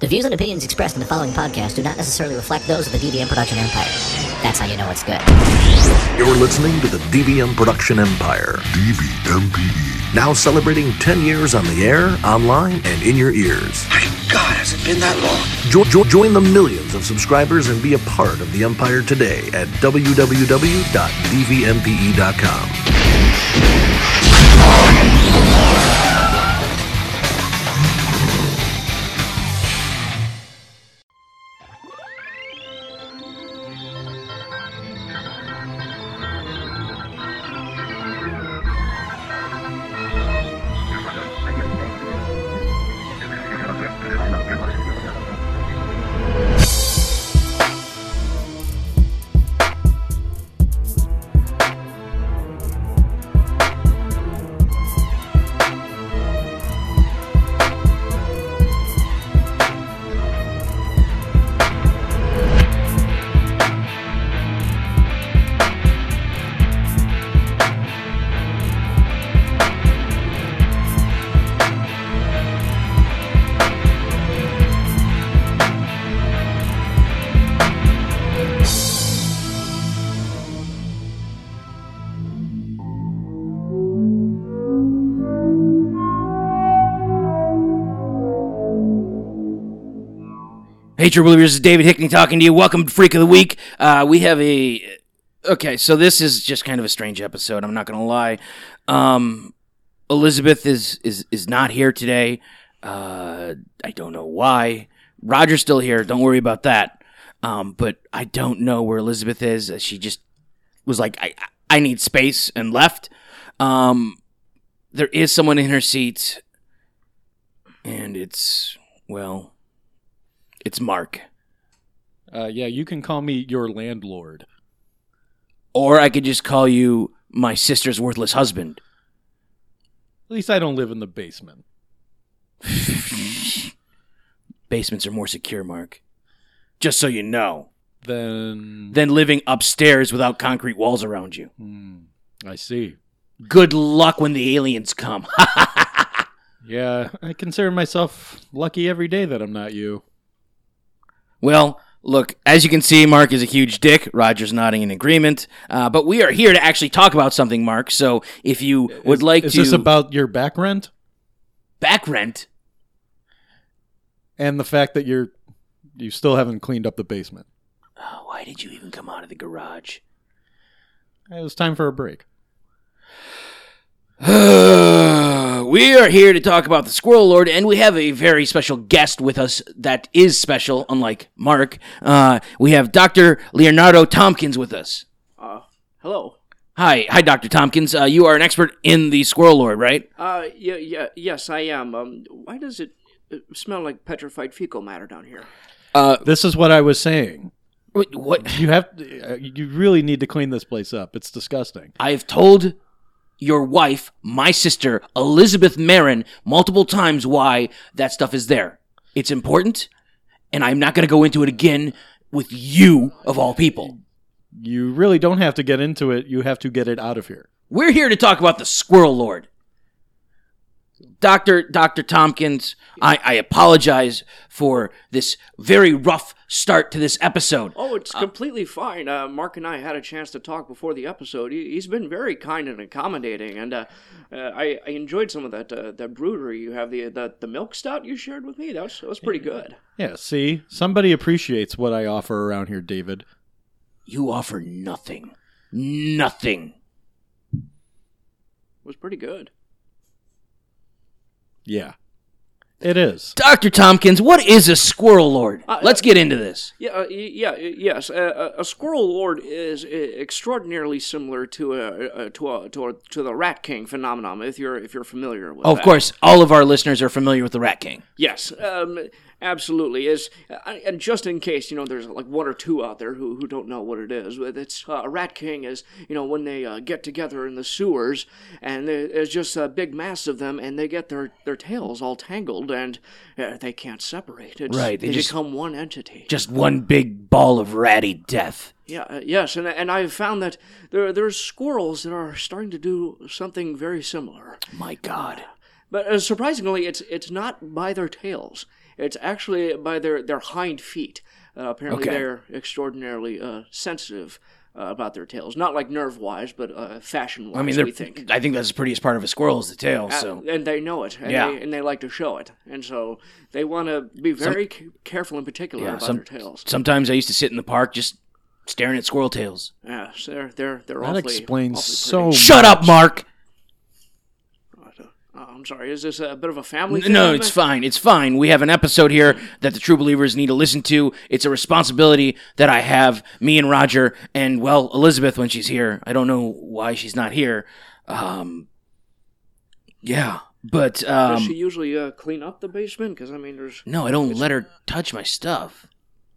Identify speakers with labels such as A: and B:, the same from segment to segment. A: views and opinions expressed in the following podcast do not necessarily reflect those of the DVM Production Empire. That's how you know it's good.
B: You're listening to the DVM Production Empire.
C: DBMPE.
B: Now celebrating 10 years on the air, online, and in your ears.
D: My God, has it been that long?
B: Jo- jo- join the millions of subscribers and be a part of the empire today at E www.dvmpe.com.
E: Hey, True Believers, this is David Hickney talking to you. Welcome to Freak of the Week. Uh, we have a. Okay, so this is just kind of a strange episode. I'm not going to lie. Um, Elizabeth is, is, is not here today. Uh, I don't know why. Roger's still here. Don't worry about that. Um, but I don't know where Elizabeth is. Uh, She just was like, I, I need space and left. Um, there is someone in her seat, and it's, well, it's Mark.
F: Uh, yeah, you can call me your landlord.
E: Or I could just call you my sister's worthless husband.
F: At least I don't live in the basement.
E: Basements are more secure, Mark. Just so you know.
F: Then,
E: Than living upstairs without concrete walls around you.
F: hmm, I see.
E: Good luck when the aliens come.
F: Yeah, I consider myself lucky every day that I'm not you.
E: well, look, as you can see, Mark is a huge dick. Roger's nodding in agreement. Uh, but we are here to actually talk about something, Mark. So if you would like
F: Is
E: to
F: this about your back rent
E: back rent,
F: and the fact that you're you still haven't cleaned up the basement?
E: oh, why did you even come out of the garage?
F: It was time for a break.
E: we are here to talk about the Squirrel Lord, and we have a very special guest with us that is special, unlike Mark. Uh, we have Dr. Leonardo Tompkins with us.
G: Hello.
E: Hi, hi, Dr. Tompkins. Uh, you are an expert in the Squirrel Lord, right?
G: Uh, yeah, yeah, yes, I am. Um, why does it uh, smell like petrified fecal matter down here?
F: This is what I was saying.
E: Uh, Wait, What?
F: You have uh, you really need to clean this place up. It's disgusting.
E: I have told your wife, my sister, Elizabeth Marin, multiple times why that stuff is there. It's important, and I'm not going to go into it again with you, of all people.
F: You really don't have to get into it. You have to get it out of here.
E: We're here to talk about the Squirrel Lord. Doctor Doctor Tompkins, I, I apologize for this very rough start to this episode.
G: Oh, it's completely fine. Uh, Mark and I had a chance to talk before the episode. He, he's been very kind and accommodating, and uh, uh, I, I enjoyed some of that uh, that brewery you have the, the the milk stout you shared with me. That was that was pretty good.
F: Yeah, see, somebody appreciates what I offer around here, David.
E: You offer nothing. Nothing.
G: It was pretty good.
F: Yeah. It is.
E: Doctor Tompkins, what is a Squirrel Lord?
G: Uh,
E: Let's get into this.
G: Yeah, uh, y- yeah, y- yes. Uh, a a squirrel lord is uh, extraordinarily similar to a, a to a, to a, to the rat king phenomenon. If you're if you're familiar with
E: Oh, of
G: that.
E: course, all of our listeners are familiar with the Rat King.
G: Yes, um, absolutely. Is uh, and just in case you know, there's like one or two out there who, who don't know what it is. But it's uh, a rat king is you know when they uh, get together in the sewers and there- there's just a big mass of them and they get their, their tails all tangled and uh, they can't separate. It's,
E: Right, they
G: they,
E: just-
G: become one entity.
E: Just one big ball of ratty death.
G: Yeah, uh, yes, and and I've found that there there's squirrels that are starting to do something very similar.
E: My God.
G: But uh, surprisingly, it's it's not by their tails. It's actually by their, their hind feet. Uh, apparently,
E: Okay.
G: they're extraordinarily uh, sensitive uh, about their tails. Not like nerve wise, but uh, fashion wise,
E: I mean,
G: we
E: they're,
G: think.
E: I think that's the prettiest part of a squirrel is the tail.
G: Uh,
E: So
G: and they know it, and,
E: Yeah.
G: they, and they like to show it, and so they want to be very c- careful in particular
E: yeah,
G: about
E: some-
G: their tails.
E: sometimes I used to sit in the park just staring at squirrel tails.
G: Yeah, so they're they're they're
F: That
G: awfully,
F: explains
G: awfully
F: so
G: pretty.
E: Shut up, Mark.
G: Uh, I'm sorry, is this a bit of a family?
E: N-
G: thing,
E: No,
G: Matt?
E: it's fine. It's fine. We have an episode here that the true believers need to listen to. It's a responsibility that I have, me and Roger, and well, Elizabeth when she's here. I don't know why she's not here. Um, yeah, but um,
G: Does she usually uh, clean up the basement? Because I mean, there's,
E: no, I don't let her touch my stuff.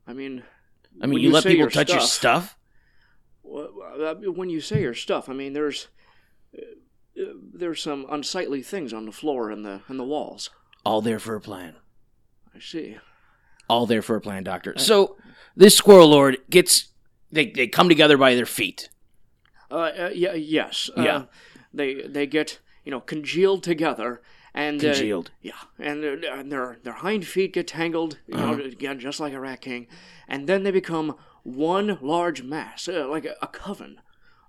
G: I mean,
E: I mean,
G: when
E: you, let
G: say
E: people
G: your
E: touch your stuff.
G: Well, I mean, when you say your stuff, I mean there's uh, uh, there's some unsightly things on the floor and the and the walls.
E: All there for a plan.
G: I see.
E: All there for a plan, Doctor. So this squirrel lord gets they they come together by their feet.
G: Uh, uh, yeah, yes. Uh,
E: Yeah.
G: They they get you know congealed together and uh,
E: Congealed.
G: yeah, and their and their their hind feet get tangled. You
E: Uh-huh.
G: know, again, just like a rat king, and then they become one large mass, uh, like a, a coven,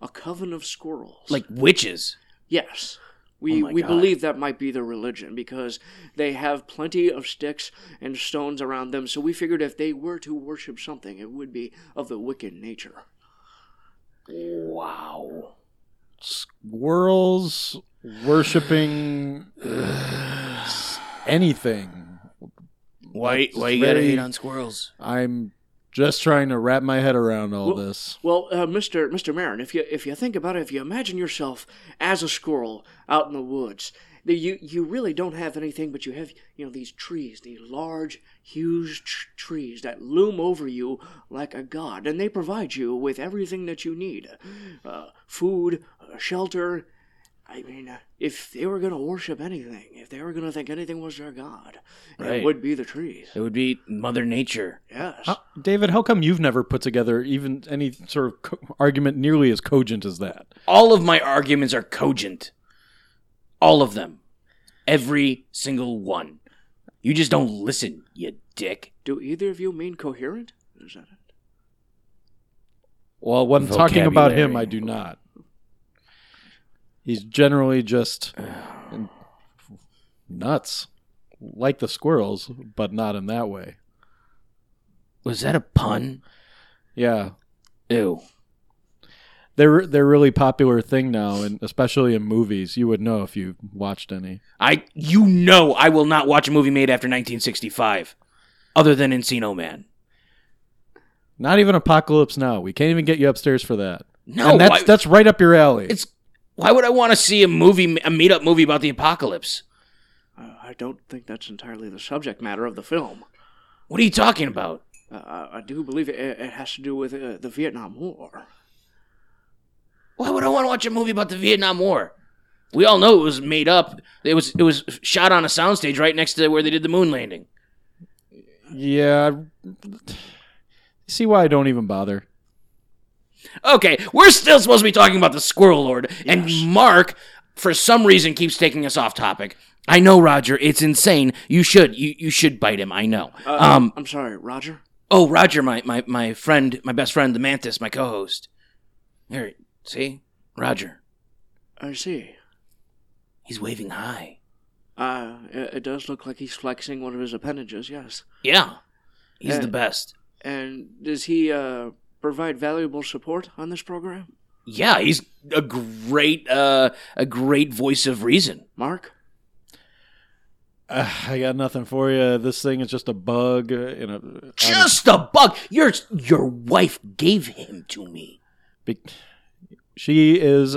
G: a coven of squirrels.
E: Like witches.
G: Yes. We,
E: Oh my
G: we
E: God.
G: believe that might be their religion because they have plenty of sticks and stones around them, so we figured if they were to worship something, it would be of the wicked nature.
E: Wow.
F: Squirrels worshiping anything.
E: Why why you
F: very-
E: gotta hate on squirrels?
F: I'm just trying to wrap my head around all
G: Well-
F: this.
G: Well, uh, Mr. Mr. Marin, if you if you think about it, if you imagine yourself as a squirrel out in the woods, the, you you really don't have anything, but you have you know these trees, these large, huge tr- trees that loom over you like a god, and they provide you with everything that you need, uh, food, uh, shelter. I mean, uh, if they were going to worship anything, if they were going to think anything was their god,
E: Right.
G: it would be the trees.
E: It would be Mother Nature.
G: Yes.
F: How- David, how come you've never put together even any sort of co- argument nearly as cogent as that?
E: All of my arguments are cogent. All of them. Every single one. You just don't listen, you dick.
G: Do either of you mean coherent? Is that it?
F: Well, when talking about him,
E: Vocabulary.
F: I do not. He's generally just nuts, like the squirrels, but not in that way.
E: Was that a pun?
F: Yeah,
E: Ew.
F: they're they're really popular thing now, and especially in movies. You would know if you watched any.
E: I you know I will not watch a movie made after 1965 other than Encino Man.
F: Not even Apocalypse Now. We can't even get you upstairs for that.
E: No,
F: and that's
E: why-
F: that's right up your alley.
E: It's why would I want to see a movie a meet up movie about the apocalypse?
G: Uh, I don't think that's entirely the subject matter of the film.
E: What are you talking about?
G: Uh, I- I do believe it, it has to do with uh, the Vietnam War.
E: Why would I want to watch a movie about the Vietnam War? We all know it was made up. It was it was shot on a soundstage right next to where they did the moon landing.
F: yeah. I- See why I don't even bother.
E: Okay, we're still supposed to be talking about the Squirrel Lord, and Mark, for some reason, keeps taking us off topic. I know, Roger. It's insane. You should you you should bite him. I know. um.
G: Uh, I'm sorry, Roger.
E: Oh, Roger, my my my friend, my best friend, the Mantis, my co-host. There, see, Roger.
G: I see.
E: He's waving high.
G: Uh, it, it does look like he's flexing one of his appendages, yes.
E: Yeah, he's
G: Uh,
E: the best.
G: And does he uh, provide valuable support on this program?
E: Yeah, he's a great uh a great voice of reason.
G: Mark?
F: Uh, I got nothing for you. This thing is just a bug. uh, In a, on a-
E: Just a bug. Your your wife gave him to me.
F: be- she is,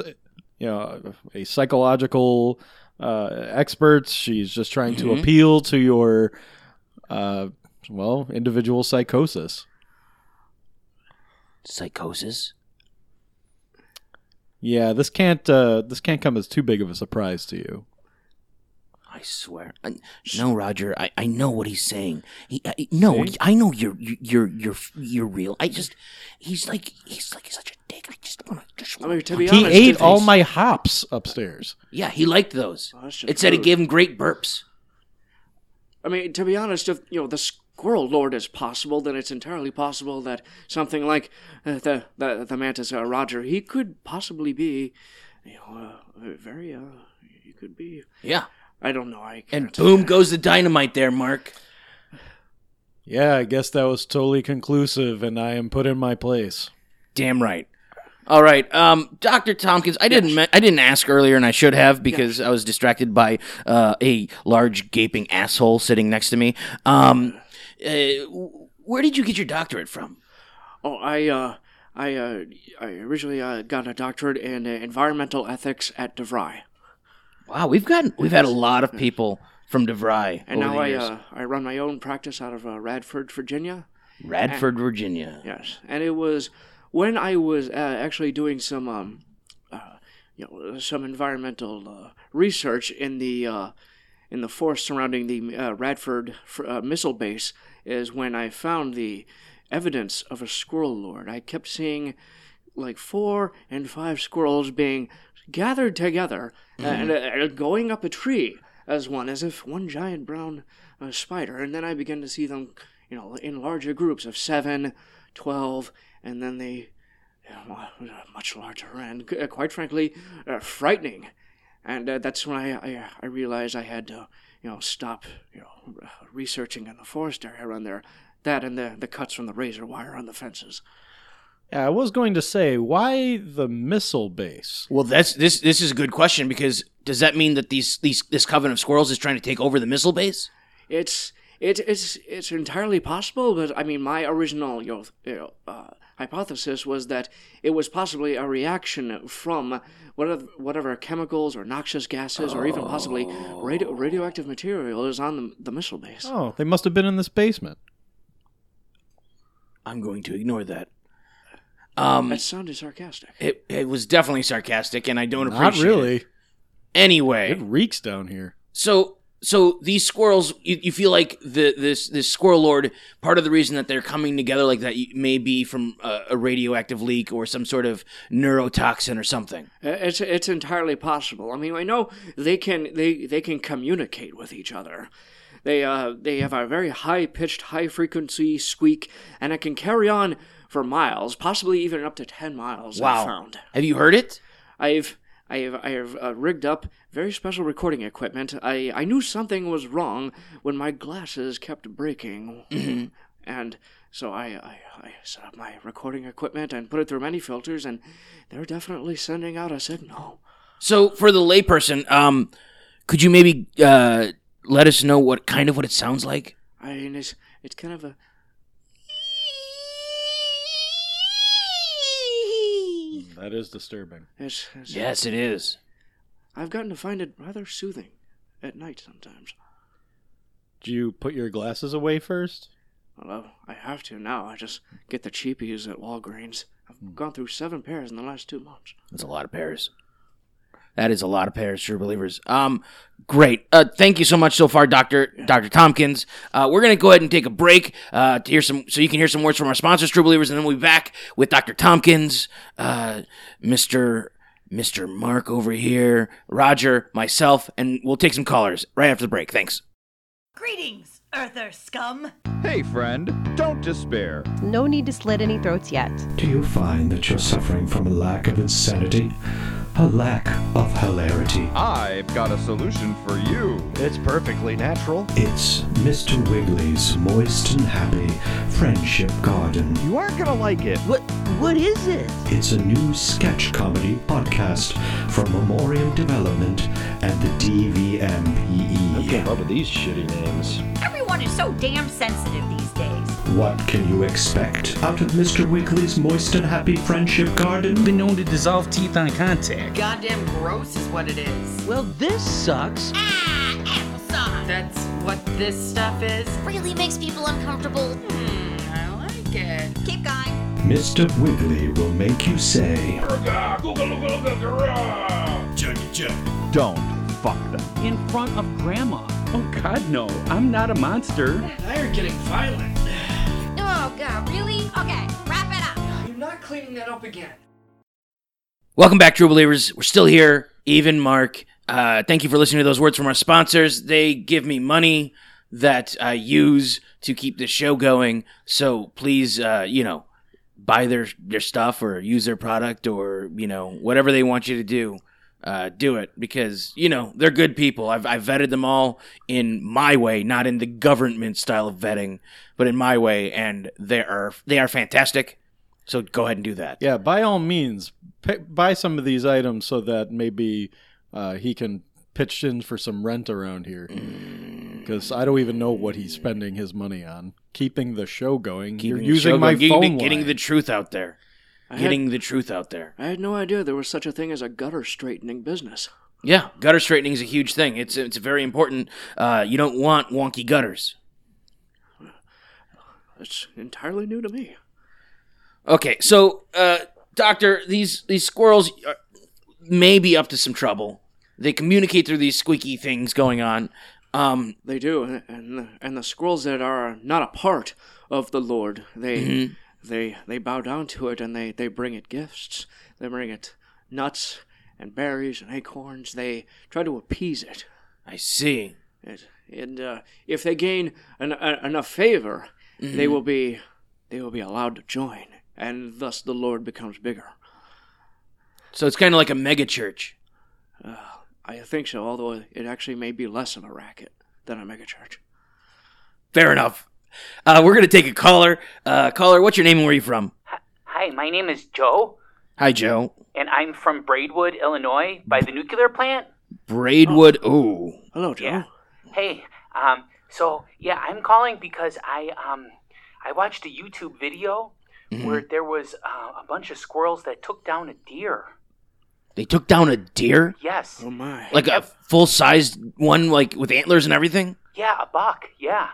F: you know, a psychological uh, expert. She's just trying to appeal to your, uh, well, individual psychosis.
E: Psychosis.
F: Yeah, this can't uh, this can't come as too big of a surprise to you.
E: I swear. I, no, Roger. I, I know what he's saying. He, I, no, I know you're you're you're you're real. I just he's like he's like such a dick. I just want to just.
G: I mean, to be
F: He
G: honest.
F: ate
G: if
F: all
G: he's-
F: my hops upstairs.
E: yeah, he liked those.
G: Oh, that's just
E: it said it
G: rude.
E: gave him great burps.
G: I mean, to be honest, if you know the Squirrel Lord is possible, then it's entirely possible that something like uh, the the the mantis uh, Roger, he could possibly be, you know, uh, very uh, he could be.
E: Yeah.
G: I don't know. I can't.
E: And boom goes the dynamite there, Mark.
F: Yeah, I guess that was totally conclusive, and I am put in my place.
E: Damn right. All right, um, Doctor Tompkins. I didn't. Me- I didn't ask earlier, and I should have because I was distracted by uh, a large gaping asshole sitting next to me. Um, uh, where did you get your doctorate from?
G: Oh, I uh, I uh, I originally uh, got a doctorate in uh, environmental ethics at DeVry,
E: Wow, we've gotten we've had a lot of people from DeVry
G: and
E: over
G: now
E: the
G: I
E: years.
G: uh, I run my own practice out of uh, Radford, Virginia.
E: Radford, Virginia.
G: Yes, and it was when I was uh, actually doing some, um, uh, you know, some environmental uh, research in the uh, in the forest surrounding the uh, Radford fr- uh, missile base. Is when I found the evidence of a squirrel lord. I kept seeing like four and five squirrels being gathered together and uh, going up a tree as one, as if one giant brown uh, spider. And then I began to see them, you know, in larger groups of seven, twelve, and then they, you know, much larger and, uh, quite frankly, uh, frightening. And uh, that's when I, I, I realized I had to, you know, stop, you know, researching in the forest area around there. That and the, the cuts from the razor wire on the fences.
F: Yeah, I was going to say, why the missile base?
E: Well, that's this. This is a good question because does that mean that these these this coven of squirrels is trying to take over the missile base?
G: it's it, it's it's entirely possible, but I mean, my original you know, you know, uh, hypothesis was that it was possibly a reaction from whatever, whatever chemicals or noxious gases or even possibly radio, radioactive material is on the, the missile base.
F: Oh, they must have been in this basement.
E: I'm going to ignore that. Um,
G: That sounded sarcastic.
E: it, it was definitely sarcastic, and I don't
F: Not
E: appreciate it.
F: really.
E: Anyway,
F: It reeks down here.
E: so so these squirrels you, you feel like the this this squirrel lord part of the reason that they're coming together like that may be from a, a radioactive leak or some sort of neurotoxin or something
G: Uh, It's it's entirely possible. I mean, I know they can they they can communicate with each other. They uh they have a very high pitched, high frequency squeak, and it can carry on for miles, possibly even up to ten miles.
E: wow
G: I've found.
E: have you heard it
G: I've I've I've uh, rigged up very special recording equipment. I I knew something was wrong when my glasses kept breaking.
E: Mm-hmm.
G: And so I, I, I set up my recording equipment and put it through many filters, and they're definitely sending out a signal.
E: so for the layperson um could you maybe uh let us know what kind of what it sounds like
G: I mean, it's it's kind of a
F: That is disturbing.
G: it's, it's
E: yes it is
G: I've gotten to find it rather soothing at night sometimes.
F: Do you put your glasses away first?
G: Although I have to now. I just get the cheapies at Walgreens. I've gone through seven pairs in the last two months.
E: That's a lot of pairs. That is a lot of pairs, true believers. Um, great. Uh, thank you so much so far, Doctor Doctor Tompkins. Uh, we're gonna go ahead and take a break uh, to hear some, so you can hear some words from our sponsors, true believers, and then we'll be back with Doctor Tompkins, uh, Mister Mister Mark over here, Roger, myself, and we'll take some callers right after the break. Thanks.
H: Greetings, Earther scum!
I: Hey, friend, don't despair.
J: No need to slit any throats yet.
K: Do you find that you're suffering from a lack of insanity? A lack of hilarity?
I: I've got a solution for you.
L: It's perfectly natural.
K: It's Mr. Wiggly's Moist and Happy Friendship Garden.
L: You aren't gonna like it.
H: What what is it?
K: It's a new sketch comedy podcast from Memoriam Development and the DVMPE.
L: up with these shitty names.
H: Everyone is so damn sensitive these days.
K: What can you expect out of Mr. Wiggly's Moist and Happy Friendship Garden?
L: Been known to dissolve teeth on contact.
H: Goddamn gross is what it is. Well, this sucks. Ah, applesauce. That's what this stuff is. Really makes people uncomfortable. Hmm, I like it. Keep going.
K: Mr. Wiggly will make you say,
I: Don't fuck them.
L: In front of grandma. Oh god, no. I'm not a monster.
G: They're getting violent.
H: Oh god, really? Okay, wrap it up.
G: You're not cleaning that up again.
E: Welcome back, true believers. We're still here, even Mark. Uh, thank you for listening to those words from our sponsors. They give me money that I use to keep this show going. So please, uh, you know, buy their their stuff or use their product or you know whatever they want you to do. Uh, do it because you know they're good people. I've, I've vetted them all in my way, not in the government style of vetting, but in my way, and they are they are fantastic. So go ahead and do that.
F: Yeah, by all means, pick, buy some of these items so that maybe uh, he can pitch in for some rent around here.
E: Mm.
F: Because I don't even know what he's spending his money on. Keeping the show going. You're
E: the
F: using
E: show
F: my
E: going,
F: phone
E: getting, getting
F: line.
E: the truth out there,
G: I had-
E: getting the truth out there.
G: I had no idea there was such a thing as a gutter straightening business.
E: Yeah, gutter straightening is a huge thing. It's it's very important. Uh, you don't want wonky gutters.
G: It's entirely new to me.
E: Okay, so uh, doctor, these these squirrels are, may be up to some trouble. They communicate through these squeaky things going on. Um,
G: They do, and- and the, and the squirrels that are not a part of the Lord, they
E: Mhm.
G: they they bow down to it, and they they bring it gifts. They bring it nuts and berries and acorns. They try to appease it.
E: I see.
G: It, and uh, if they gain an, a, enough favor, they
E: Mhm.
G: will be they will be allowed to join, and thus the Lord becomes bigger.
E: So it's kind of like a mega church.
G: Uh, I think so, although it actually may be less of a racket than a megachurch.
E: Fair enough. Uh, we're gonna take a caller. Uh, caller, what's your name and where are you from?
M: Hi, my name is Joe,
E: Hi, Joe.
M: and I'm from Braidwood, Illinois, by the nuclear plant.
E: Braidwood.
G: Oh.
E: Ooh.
G: Hello, Joe.
M: Hey, um, so yeah, I'm calling because I um, I watched a YouTube video
E: Mhm.
M: where there was uh, a bunch of squirrels that took down a deer.
E: They took down a deer.
M: Yes.
G: Oh my.
E: Like a full-sized one, like with antlers and everything.
M: Yeah, a buck. Yeah.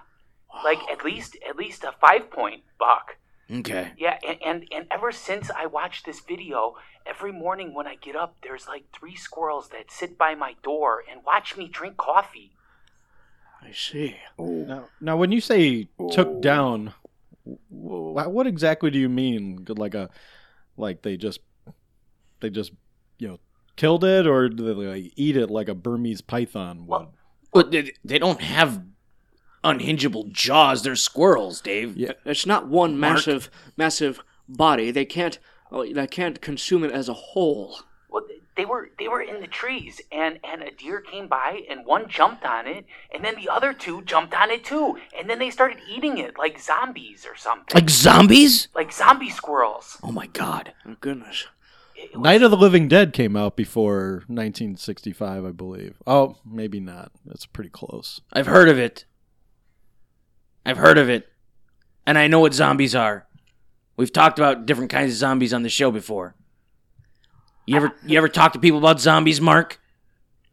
M: Like at least at least a five point buck.
E: Okay.
M: Yeah, and, and and ever since I watched this video, every morning when I get up, there's like three squirrels that sit by my door and watch me drink coffee.
G: I see.
F: Now, now, when you say took down, wh- wh- what exactly do you mean? Like a, like they just, they just, you know, killed it, or do they like eat it like a Burmese python? would?
E: But they, they don't have unhingeable jaws. They're squirrels, Dave.
F: Yeah.
G: It's not one
E: Mark.
G: massive, massive body. They can't, oh, they can't consume it as a whole.
M: Well, they were they were in the trees, and and a deer came by, and one jumped on it, and then the other two jumped on it too, and then they started eating it like zombies or something.
E: Like zombies?
M: Like zombie squirrels.
E: Oh my god.
G: Oh, goodness.
F: Night of the Living Dead came out before 1965, I believe. Oh, maybe not. That's pretty close.
E: I've heard of it. I've heard of it. And I know what zombies are. We've talked about different kinds of zombies on the show before. You ever you ever talk to people about zombies, Mark?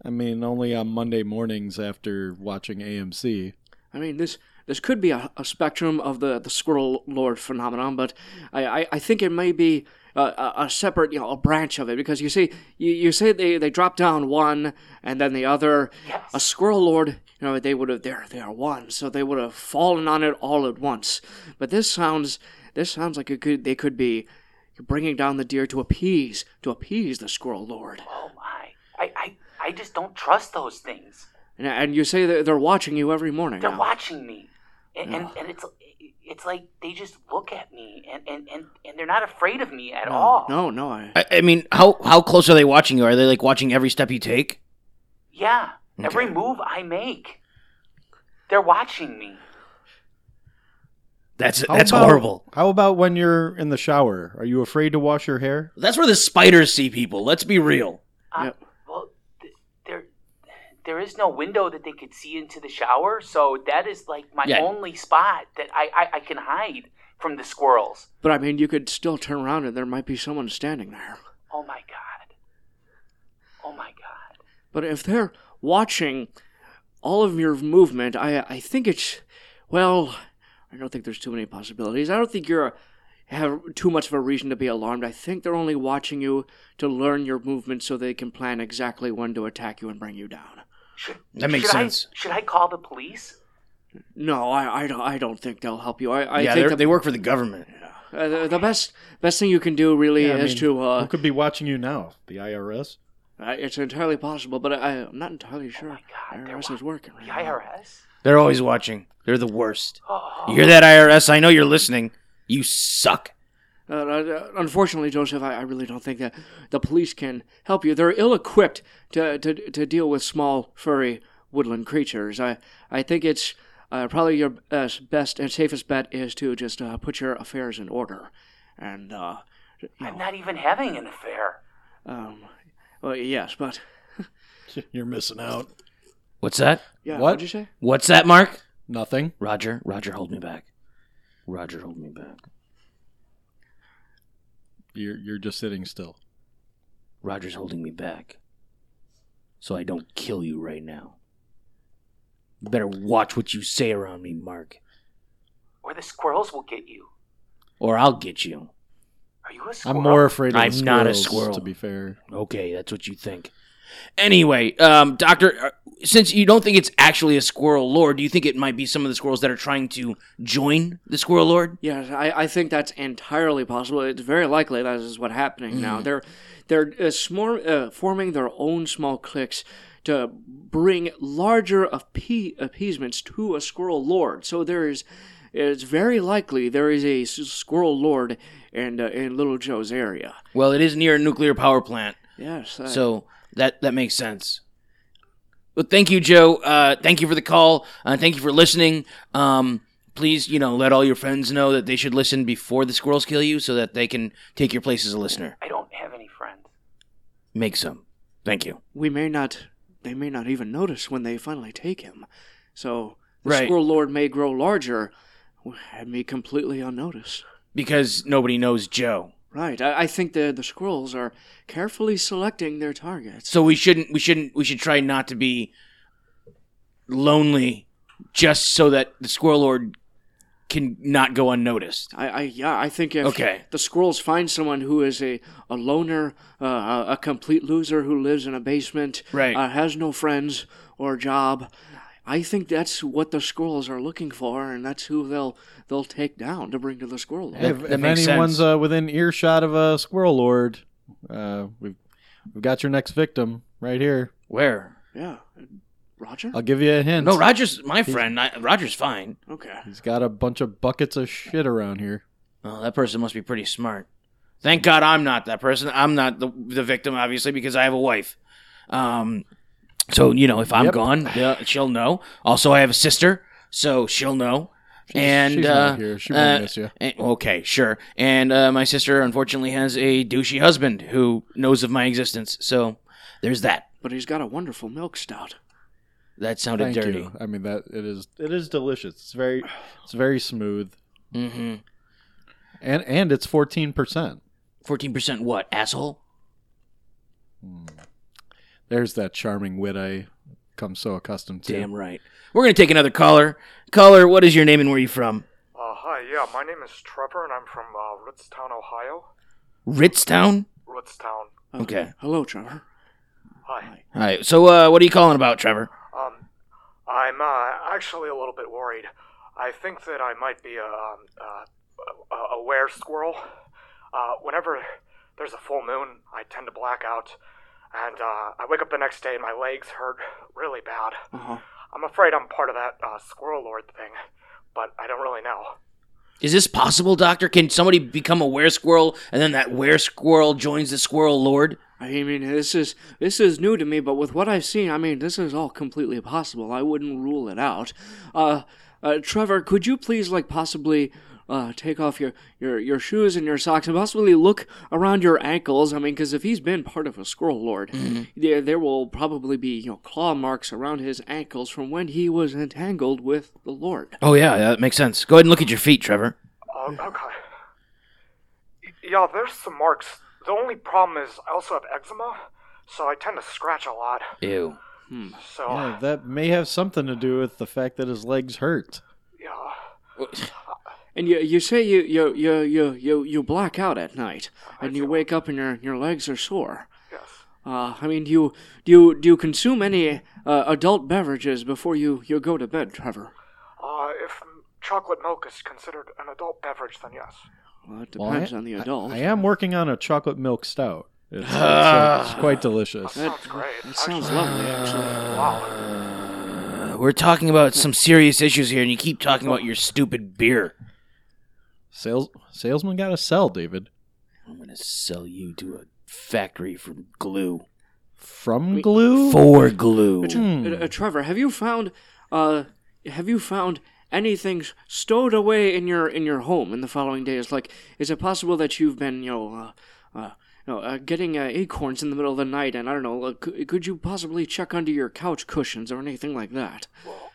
F: I mean, only on Monday mornings after watching AMC.
G: I mean, this this could be a, a spectrum of the, the squirrel lord phenomenon, but I, I, I think it may be a, a, a separate, you know, a branch of it because you see, you, you say they, they drop down one and then the other. A squirrel lord, you know, they would have they're they are one, so they would have fallen on it all at once. But this sounds this sounds like it could they could be bringing down the deer to appease to appease the squirrel lord.
M: Oh my! I I, I just don't trust those things.
G: And, and you say that they're watching you every morning.
M: They're
G: now.
M: watching me, and and, and it's it's like they just look at me, and and and, and they're not afraid of me at all.
G: No, no, I
E: I, I mean, how how close are they watching you? Are they like watching every step you take?
M: Yeah. Every move I make, they're watching me.
E: That's
F: How
E: that's
F: about-
E: horrible.
F: How about when you're in the shower? Are you afraid to wash your hair?
E: That's where the spiders see people. Let's be real.
M: Uh, Well, th- there, there is no window that they could see into the shower, so that is like my
G: Yeah.
M: only spot that I, I, I can hide from the squirrels.
G: But I mean, you could still turn around and there might be someone standing there.
M: Oh my god. Oh my god.
G: But if they're watching all of your movement, I I think it's well, I don't think there's too many possibilities. I don't think you're have too much of a reason to be alarmed. I think they're only watching you to learn your movement so they can plan exactly when to attack you and bring you down.
M: Should,
E: That makes
M: should I-
E: sense.
M: should I call the police?
G: No, I, I don't I don't think they'll help you. I, I
E: yeah,
G: think
E: they're-
G: the,
E: they work for the government.
G: uh, the, the best best thing you can do really
F: Yeah, I
G: is
F: mean,
G: to uh,
F: Who could be watching you now? The IRS?
G: I- it's entirely possible, but I, I'm not entirely sure.
M: Oh God, they're
G: IRS is
M: wa-
G: working.
M: The IRS?
E: They're always watching. They're the worst. You hear that, IRS? I know you're listening. You suck.
G: Uh, uh, unfortunately, Joseph, I, I really don't think that the police can help you. They're ill-equipped to to, to deal with small, furry woodland creatures. I I think it's uh, probably your uh, best and safest bet is to just uh, put your affairs in order, and uh,
M: I'm not even having an affair.
G: um, well, yes, but
F: You're missing out.
E: What's that?
G: Yeah, What? what'd you say?
E: What's that, Mark?
F: Nothing.
E: Roger, Roger, hold me back. Roger, hold me back.
F: You're you're just sitting still.
E: Roger's holding me back. So I don't kill you right now. You better watch what you say around me, Mark,
M: Or the squirrels will get you.
E: or I'll get you.
M: Are you a squirrel?
F: I'm more afraid of
E: I'm
F: the
E: not a
F: squirrels,
E: squirrel.
F: To be fair,
E: Okay, that's what you think. Anyway, um, Doctor, uh, since you don't think it's actually a squirrel lord, do you think it might be some of the squirrels that are trying to join the squirrel lord?
G: Yes, I, I think that's entirely possible. It's very likely that is what's happening now.
E: Mhm.
G: They're they're uh, smor- uh, forming their own small cliques to bring larger appe- appeasements to a squirrel lord. So there is, it's very likely there is a s- squirrel lord in uh, in Little Joe's area.
E: Well, it is near a nuclear power plant.
G: Yes, uh, I-
E: so that that makes sense. Well, thank you, Joe. Uh, thank you for the call. Uh, thank you for listening. Um, please, you know, let all your friends know that they should listen before the squirrels kill you, so that they can take your place as a listener.
M: I don't have any friends.
E: Make some. Thank you.
G: We may not, they may not even notice when they finally take him. So the
E: Right.
G: squirrel lord may grow larger and be completely unnoticed.
E: Because nobody knows Joe,
G: Right. I, I think the the squirrels are carefully selecting their targets.
E: so we shouldn't. We shouldn't. We should try not to be lonely, just so that the squirrel lord can not go unnoticed.
G: I, I yeah, I think if
E: Okay.
G: the squirrels find someone who is a a loner, uh, a, a complete loser who lives in a basement,
E: Right.
G: uh, has no friends or job, I think that's what the squirrels are looking for, and that's who they'll they'll take down to bring to the squirrel. Lord.
F: if, if anyone's uh, within earshot of a squirrel lord, uh, we've we've got your next victim right here.
E: Where?
G: yeah, Roger.
E: Uh,
F: I'll give you a hint.
E: No, Roger's my
F: He's-
E: friend. I, Roger's fine.
G: Okay.
F: He's got a bunch of buckets of shit around here.
E: Oh, that person must be pretty smart. Thank God I'm not that person. I'm not the, the victim, obviously, because I have a wife. Um, so you know, if I'm
F: Yep.
E: gone, yeah, she'll know. Also, I have a sister, so she'll know. and
F: she's
E: uh,
F: not here. She won't
E: uh,
F: miss you.
E: and- okay, sure. And uh, my sister, unfortunately, has a douchey husband who knows of my existence. So there's that.
G: But he's got a wonderful milk stout.
E: That sounded
F: Thank
E: dirty.
F: you. I mean that it is it is delicious. It's very it's very smooth.
E: Mm-hmm.
F: And and it's fourteen percent.
E: Fourteen percent. What asshole?
F: There's that charming wit I come so accustomed to.
E: Damn right. We're gonna take another caller. Caller, what is your name and where are you from?
N: Uh, hi, yeah, my name is Trevor, and I'm from uh, Ritztown, Ohio.
E: Ritztown.
N: Ritztown.
E: Okay.
G: Hello, Trevor.
N: Hi.
E: All right. So, uh, what are you calling about, Trevor?
N: Um, I'm uh, actually a little bit worried. I think that I might be a, um, uh, a, a were squirrel. Uh, whenever there's a full moon, I tend to black out, and uh, I wake up the next day and my legs hurt really bad.
G: Uh-huh.
N: I'm afraid I'm part of that uh, squirrel lord thing, but I don't really know.
E: Is this possible, Doctor? Can somebody become a were squirrel and then that were squirrel joins the squirrel lord?
G: I mean, this is this is new to me, but with what I've seen, I mean, this is all completely possible. I wouldn't rule it out. Uh, uh Trevor, could you please, like, possibly, uh, take off your your your shoes and your socks, and possibly look around your ankles? I mean, because if he's been part of a squirrel lord, there there will probably be you know claw marks around his ankles from when he was entangled with the lord.
E: Oh yeah, that makes sense. Go ahead and look at your feet, Trevor.
N: Oh, okay. Yeah, there's some marks. The only problem is I also have eczema, so I tend to scratch a lot.
E: Ew.
N: So,
F: Yeah, that may have something to do with the fact that his legs hurt.
N: yeah.
G: And you you say you you you you you, you black out at night, and you wake up and your your legs are sore.
N: Yes.
G: Uh, I mean, do you do you, do you consume any uh, adult beverages before you, you go to bed, Trevor?
N: Uh, if chocolate milk is considered an adult beverage, then yes.
G: Well, it
F: Well, I-
G: depends on the adult.
F: I am working on a chocolate milk stout. It's, it's, uh,
E: Ah.
F: it's quite delicious.
G: that,
N: That's great.
F: uh,
G: that sounds lovely, actually.
N: Wow.
E: Uh, we're talking about some serious issues here, and you keep talking about your stupid beer.
F: Sales salesman got to sell, David.
E: I'm gonna sell you to a factory for glue.
F: From glue? Hmm.
E: For glue.
G: Uh, Tre-
E: Hmm.
G: uh, Trevor, have you found uh have you found anything s- stowed away in your in your home in the following days? Like, is it possible that you've been you know uh, uh, you know, uh getting uh, acorns in the middle of the night and I don't know? Like, c- could you possibly check under your couch cushions or anything like that?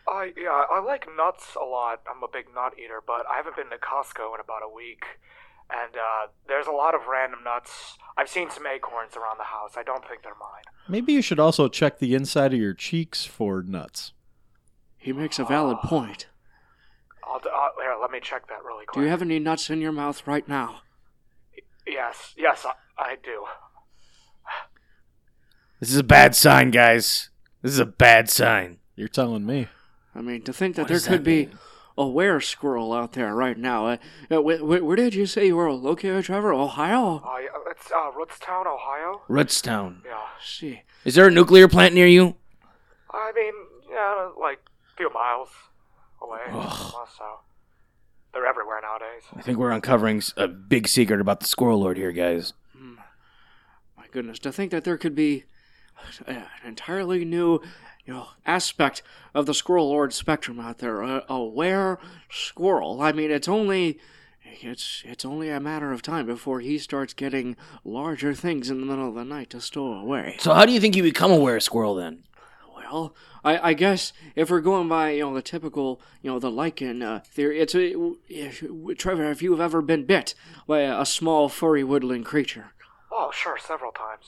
N: I yeah, I like nuts a lot. I'm a big nut eater, but I haven't been to Costco in about a week. And uh, there's a lot of random nuts. I've seen some acorns around the house. I don't think they're mine.
F: Maybe you should also check the inside of your cheeks for nuts.
G: He makes a valid point.
N: I'll, d- uh, here, let me check that really
G: Do
N: quick.
G: you have any nuts in your mouth right now?
N: Yes, yes, I, I do.
E: This is a bad sign, guys. This is a bad sign.
F: You're telling me.
G: I mean, to think that
E: What
G: there
E: does that
G: could be a were squirrel out there right now. Uh, uh, wh- wh- where did you say you were located, Trevor? Ohio? Oh,
N: Uh, yeah, it's uh, Rootstown, Ohio.
E: Rootstown.
N: Yeah.
G: See.
E: Is there a nuclear plant near you?
N: I mean, yeah, like a few miles away. So they're everywhere nowadays.
E: I think we're uncovering s- a big secret about the Squirrel Lord here, guys.
G: My goodness, to think that there could be an entirely new, you know, aspect of the squirrel lord spectrum out there. A, a were squirrel. I mean, it's only. It's it's only a matter of time before he starts getting larger things in the middle of the night to stow away.
E: So how do you think you become a were squirrel then?
G: Well, I, I guess if we're going by you know the typical you know the lichen uh, theory, it's a, if- Trevor. If you've ever been bit by a, a small furry woodland creature,
N: Oh, sure, several times.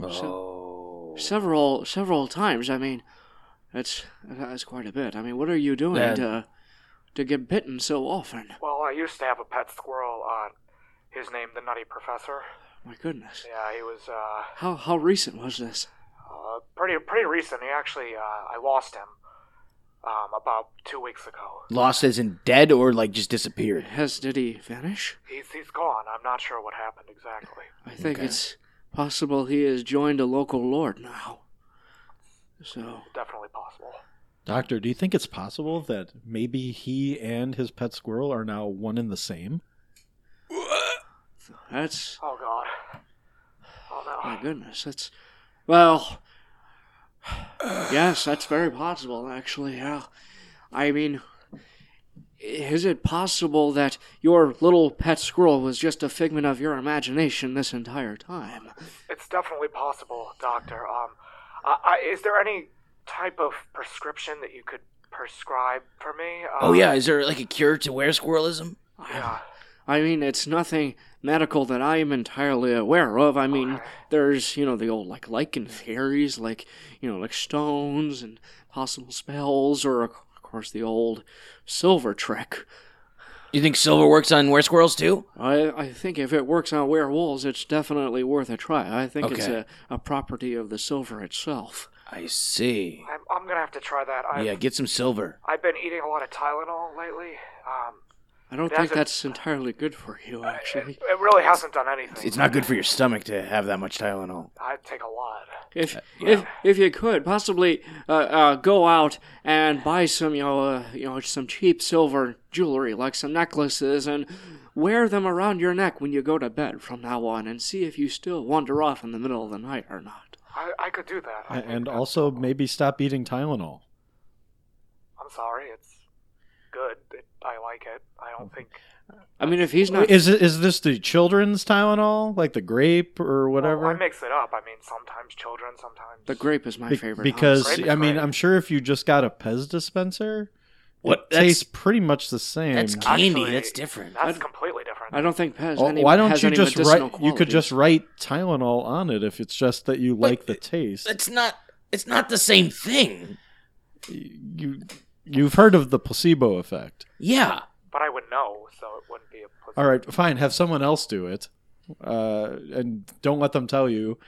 E: Oh.
G: several several times. I mean, that's that's quite a bit. I mean, what are you doing
N: Yeah.
G: to to get bitten so often?
N: Well, I used to have a pet squirrel on his name, the Nutty Professor.
G: My goodness,
N: Yeah, he was uh,
G: how how recent was this?
N: uh, pretty pretty recent. He actually, uh, I lost him um, about two weeks ago.
E: Lost as in dead or like just disappeared?
G: Has did he vanish?
N: He's he's gone. I'm not sure what happened exactly.
G: I think it's possible he has joined a local lord now. So
N: Definitely possible.
F: Doctor, do you think it's possible that maybe he and his pet squirrel are now one and the same?
G: that's
N: Oh God. Oh no.
G: My goodness, that's well. Yes, that's very possible. Actually, yeah. I mean, is it possible that your little pet squirrel was just a figment of your imagination this entire time?
N: It's definitely possible, Doctor. Um, I, I, is there any type of prescription that you could prescribe for me? Uh,
E: Oh yeah, is there like a cure to were squirrelism?
N: Yeah.
G: I mean, it's nothing medical that I am entirely aware of. I mean, there's, you know, the old, like, lichen theories, like, you know, like stones and possible spells, or, of course, the old silver trick.
E: You think silver works on were squirrels too?
G: I, I think if it works on werewolves, it's definitely worth a try. I think it's
E: Okay.
G: a, a property of the silver itself.
E: I see.
N: I'm, I'm gonna have to try that. I've,
E: Yeah, get some silver.
N: I've been eating a lot of Tylenol lately. Um,
G: I don't
N: It
G: think
N: hasn't-
G: that's entirely good for you, actually.
N: it really hasn't done anything.
E: It's not good for your stomach to have that much Tylenol.
N: I take a lot.
F: Uh,
G: If if if you could possibly uh, uh, go out and buy some you know uh, you know some cheap silver jewelry like some necklaces and wear them around your neck when you go to bed from now on and see if you still wander off in the middle of the night or not.
N: I, I could do that.
F: A- And also maybe stop eating Tylenol.
N: I'm sorry. It's good. It, I like it. I don't think.
G: I mean, if he's not
F: Is it, is this the children's Tylenol, like the grape or whatever?
N: Well, I mix it up. I mean, sometimes children, sometimes.
G: the grape is my
F: Be-
G: favorite
F: because
G: honestly.
F: I mean, I'm sure if you just got a Pez dispenser,
E: What-
F: it
E: that's-
F: tastes pretty much the same.
E: That's candy. That's different.
N: That's completely different.
G: I don't think Pez
F: Oh,
G: any,
F: why don't
G: has
F: you
G: any
F: just write?
G: medicinal
F: You could
G: qualities.
F: just write Tylenol on it if it's just that you like the taste.
E: It's not. It's not the same thing.
F: You you've heard of the placebo effect.
E: Yeah.
N: But I would know, so it wouldn't be a. Pl-
F: All right, fine. Have someone else do it, uh, and don't let them tell you.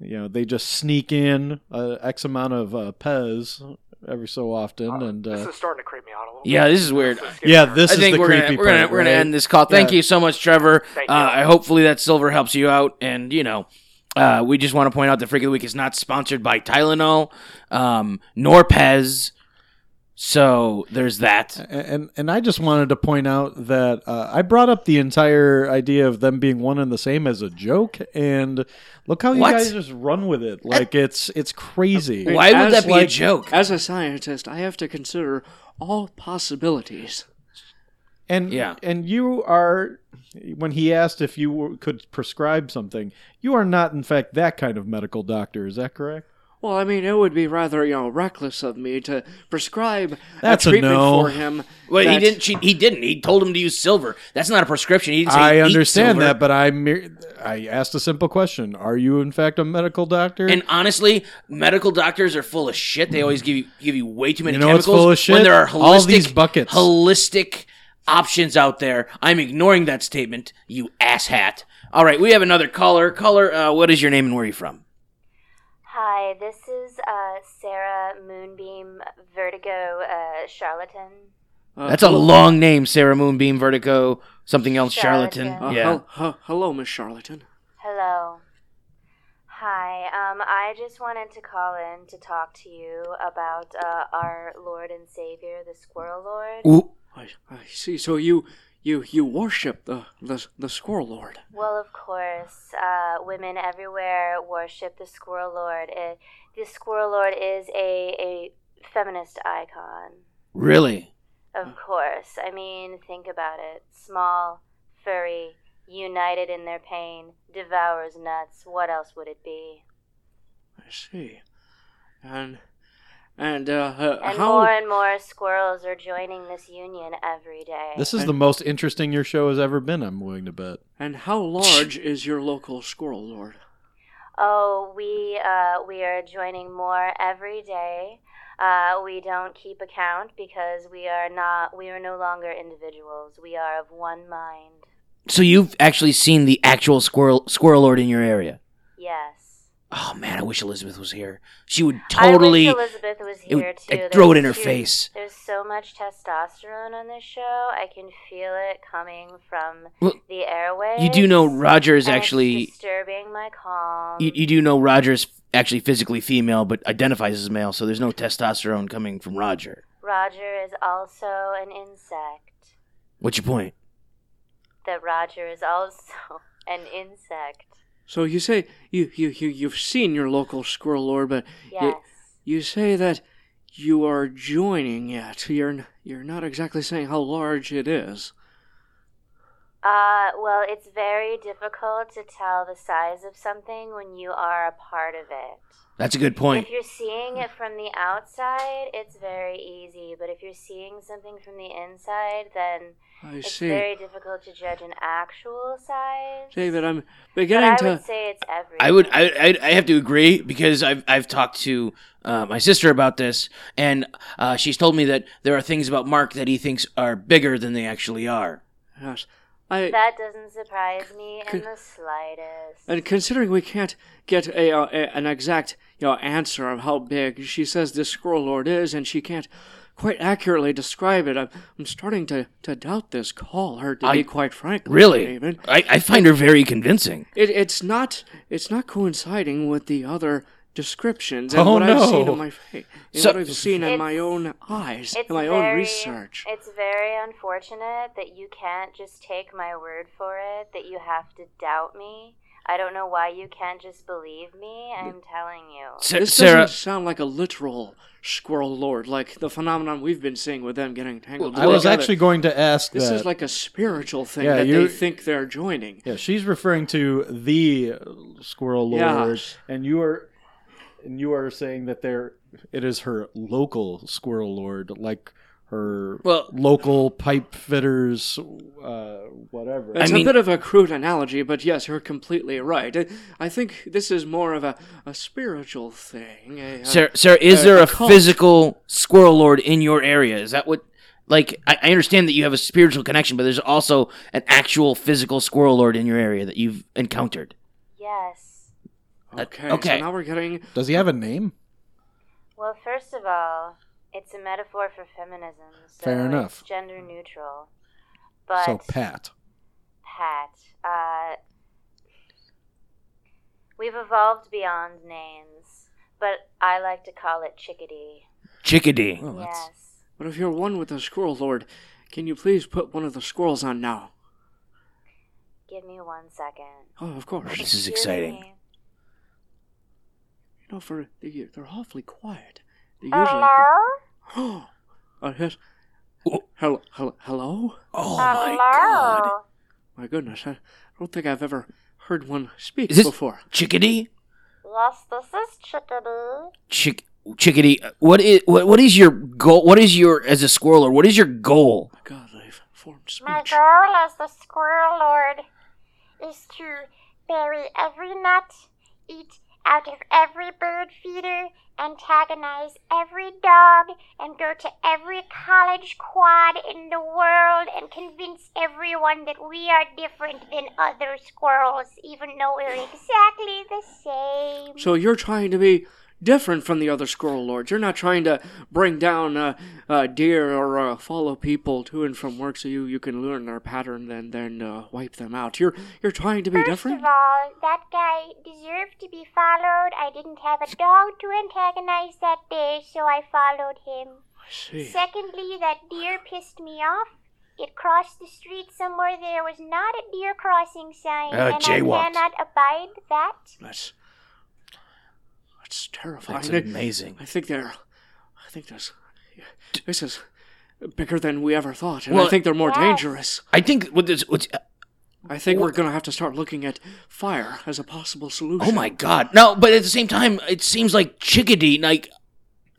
F: You know, they just sneak in uh, x amount of uh, Pez every so often, and uh,
N: this is starting to creep me out a little.
E: Yeah, this is weird.
F: yeah, this
E: I
F: is
E: think
F: the
E: we're
F: creepy
E: gonna, we're
F: part.
E: gonna, we're gonna
F: right?
E: end this call. Thank
F: Yeah.
E: you so much, Trevor.
N: Thank
E: Uh,
N: you.
E: I hopefully that silver helps you out. And you know, uh, we just want to point out that Freak of the Week is not sponsored by Tylenol, um, nor Pez, So there's that.
F: And and I just wanted to point out that uh, I brought up the entire idea of them being one and the same as a joke, and look how you
G: What?
F: guys just run with it like it's it's crazy.
G: As, like, As a scientist, I have to consider all possibilities.
F: And yeah. and you are when he asked if you were, could prescribe something, you are not in fact that kind of medical doctor. Is that correct?
G: Well, I mean, it would be rather, you know, reckless of me to prescribe
F: That's a
G: a treatment
F: no.
G: for him.
E: Wait, he
G: that-
E: didn't. She, he didn't. He told him to use silver. That's not a prescription. He didn't say
F: I
E: eat
F: understand
E: silver.
F: that, but I mer- I asked a simple question: Are you in fact a medical doctor?
E: And honestly, medical doctors are full of shit. They always give you give you way too many
F: You know what's
E: chemicals.
F: full of shit?
E: When there are holistic,
F: All these buckets.
E: holistic options out there. I'm ignoring that statement, you asshat. All right, we have another caller. Caller, uh, what is your name and where are you from?
O: Hi, this is uh, Sarah Moonbeam Vertigo uh, Charlatan.
G: uh,
O: Uh,
E: That's a long name, Sarah Moonbeam Vertigo, something else, charlatan.
G: Uh,
E: yeah.
O: Uh-huh.
G: hel- hel- hello, Miss Charlatan.
O: Hello. Hi, um, I just wanted to call in to talk to you about uh, our Lord and Savior, the Squirrel Lord.
G: I, I see. So you, you, you worship the the, the Squirrel Lord.
O: Well, of course, uh, women everywhere worship the Squirrel Lord. It, the Squirrel Lord is a, a feminist icon.
E: Really?
O: Of course. I mean, think about it. Small, furry, united in their pain, devours nuts. What else would it be?
G: I see. And and uh, uh,
O: And
G: how?
O: more and more squirrels are joining this union every day.
F: This is the most interesting your show has ever been. I'm willing to bet.
G: And how large is your local Squirrel Lord?
O: Oh, we uh, we are joining more every day. Uh, we don't keep account because we are not we are no longer individuals. We are of one mind.
E: So you've actually seen the actual squirrel squirrel lord in your area.
O: Yes.
E: Oh man, I wish Elizabeth was here. She would
O: I wish
E: totally.
O: Elizabeth was
E: it would-
O: here too.
E: I'd throw it in her
O: There's too-
E: face.
O: There's so much testosterone on this show. I can feel it coming from
E: Well,
O: the airways.
E: You do know Roger is
O: and it's
E: actually
O: disturbing my calm.
E: you, you do know Roger's actually physically female, but identifies as male, so there's no testosterone coming from Roger.
O: Roger is also an insect.
E: What's your point?
O: That Roger is also an insect.
G: So you say you you you you've seen your local Squirrel Lord, but
O: Yes.
G: you, you say that you are joining it. You're n- you're not exactly saying how large it is.
O: Uh, well, it's very difficult to tell the size of something when you are a part of it.
E: That's a good point.
O: If you're seeing it from the outside, it's very easy. But if you're seeing something from the inside, then
G: I
O: it's
G: see.
O: very difficult to judge an actual size.
G: David, I'm beginning
O: but I
G: to.
O: would say it's every.
E: I would I I, I have to agree because I've I've talked to uh, my sister about this, and uh, she's told me that there are things about Mark that he thinks are bigger than they actually are.
G: Yes. I,
O: that doesn't surprise me in
G: Could-
O: the slightest.
G: And considering we can't get a, uh, a an exact you know answer of how big she says this squirrel lord is, and she can't quite accurately describe it, I'm, I'm starting to, to doubt this caller. To
E: I-
G: be quite frank, with you,
E: Really,
G: David.
E: I, I find her very convincing.
G: It, it's not it's not coinciding with the other descriptions and
E: Oh,
G: what I've seen
E: no.
G: in my fa- and
E: So-
G: what I've seen in my own eyes, in my own
O: very-
G: research.
O: It's very unfortunate that you can't just take my word for it, that you have to doubt me. I don't know why you can't just believe me. I'm telling you.
G: this
E: Sarah-
G: doesn't sound like a literal squirrel lord, like the phenomenon we've been seeing with them getting tangled.
F: I was
G: together.
F: actually going to ask
G: This
F: that.
G: is like a spiritual thing
F: Yeah,
G: that
F: you-
G: they think they're joining.
F: yeah, she's referring to the squirrel lord,
G: Yeah.
F: and you are and you are saying that there it is her local squirrel lord, like her
E: Well-
F: local pipe fitters, uh, whatever.
G: It's a bit of a crude analogy, but yes, you're completely right. I, I think this is more of a, a spiritual thing. a- a-
E: Sarah, Sarah is there a,
G: cult.
E: physical squirrel lord in your area? Is that what? Like, I, I understand that you have a spiritual connection, but there's also an actual physical squirrel lord in your area that you've encountered.
O: Yes.
G: Okay,
E: okay.
G: So now we're getting.
F: Does he have a name?
O: Well, first of all, it's a metaphor for feminism. So
F: Fair enough.
O: It's
G: Mm.
O: gender neutral. But
F: so Pat.
O: Pat, uh, we've evolved beyond names, but I like to call it chickadee.
G: Oh,
E: Chickadee.
O: yes.
G: But if you're one with the squirrel lord, can you please put one of the squirrels on now?
O: Give me one second.
G: Oh, of course.
E: This is exciting.
G: You know, for they, they're awfully quiet. They usually.
O: Hello?
G: Oh, yes. Hello, hello, hello.
E: Oh
O: Hello?
G: my goodness! I don't think I've ever heard one speak
E: Is this
G: before.
E: chickadee?
O: Yes, this is Chickadee.
E: Chick chickadee. uh, What is what, what is your goal? What is your as a squirreler? What is your goal?
P: My goal as the Squirrel Lord is to bury every nut, eat out of every bird feeder, antagonize every dog, and go to every college quad in the world and convince everyone that we are different than other squirrels, even though we're exactly the same.
G: So you're trying to be different from the other squirrel lords. You're not trying to bring down uh, uh, deer or uh, follow people to and from work so you, you can learn their pattern and then uh, wipe them out. You're you're trying to be different.
P: First of all, that guy deserved to be followed. I didn't have a dog to antagonize that day, so I followed him.
G: see.
P: Secondly, that deer pissed me off. It crossed the street somewhere. There was not a deer crossing sign,
G: Uh,
P: and
G: jaywalked.
P: I cannot abide that.
G: That's that's terrifying.
E: That's amazing.
G: I, I think they're. I think there's. This is bigger than we ever thought, and I
E: Well-
G: think they're more
E: Yes.
G: dangerous.
E: I think what this what's
G: I think
E: Well-
G: we're gonna have to start looking at fire as a possible solution.
E: Oh my god. No, but at the same time, it seems like Chickadee like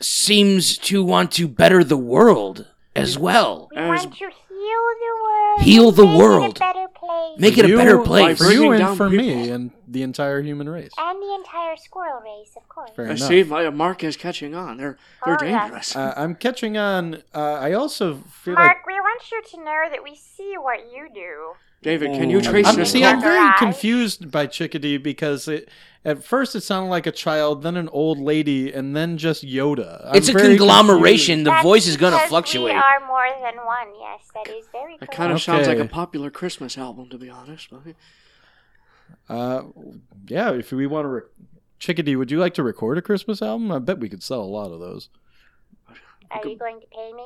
E: seems to want to better the world as well.
P: We want to heal the world.
E: Heal the
P: and make it a
E: world.
P: better place.
E: Make it a
F: You-
E: better place.
F: For you
G: bringing
F: and
G: down
F: for me
G: people.
F: and the entire human race.
P: And the entire squirrel race, of course.
F: Fair
G: I
F: enough.
G: Uh, see, my Mark is catching on. They're they're
P: Oh, yes.
G: dangerous.
F: Uh, I'm catching on. Uh, I also feel like
P: Mark, we want you to know that we see what you do.
G: David,
E: oh,
G: can you trace
F: I'm,
G: this?
F: See, I'm
G: call?
F: very confused by Chickadee because it at first it sounded like a child, then an old lady, and then just Yoda. I'm
E: It's a
F: very
E: conglomeration.
F: confused.
E: The
P: That's
E: voice is gonna
P: because
E: fluctuate.
P: We are more than one. Yes, that is very.
G: It
P: correct.
G: kind of sounds like a
F: Okay.
G: popular Christmas album, to be honest. but-
F: Uh, yeah, if we want to, re- Chickadee, would you like to record a Christmas album? I bet we could sell a lot of those.
P: Are you going to pay me?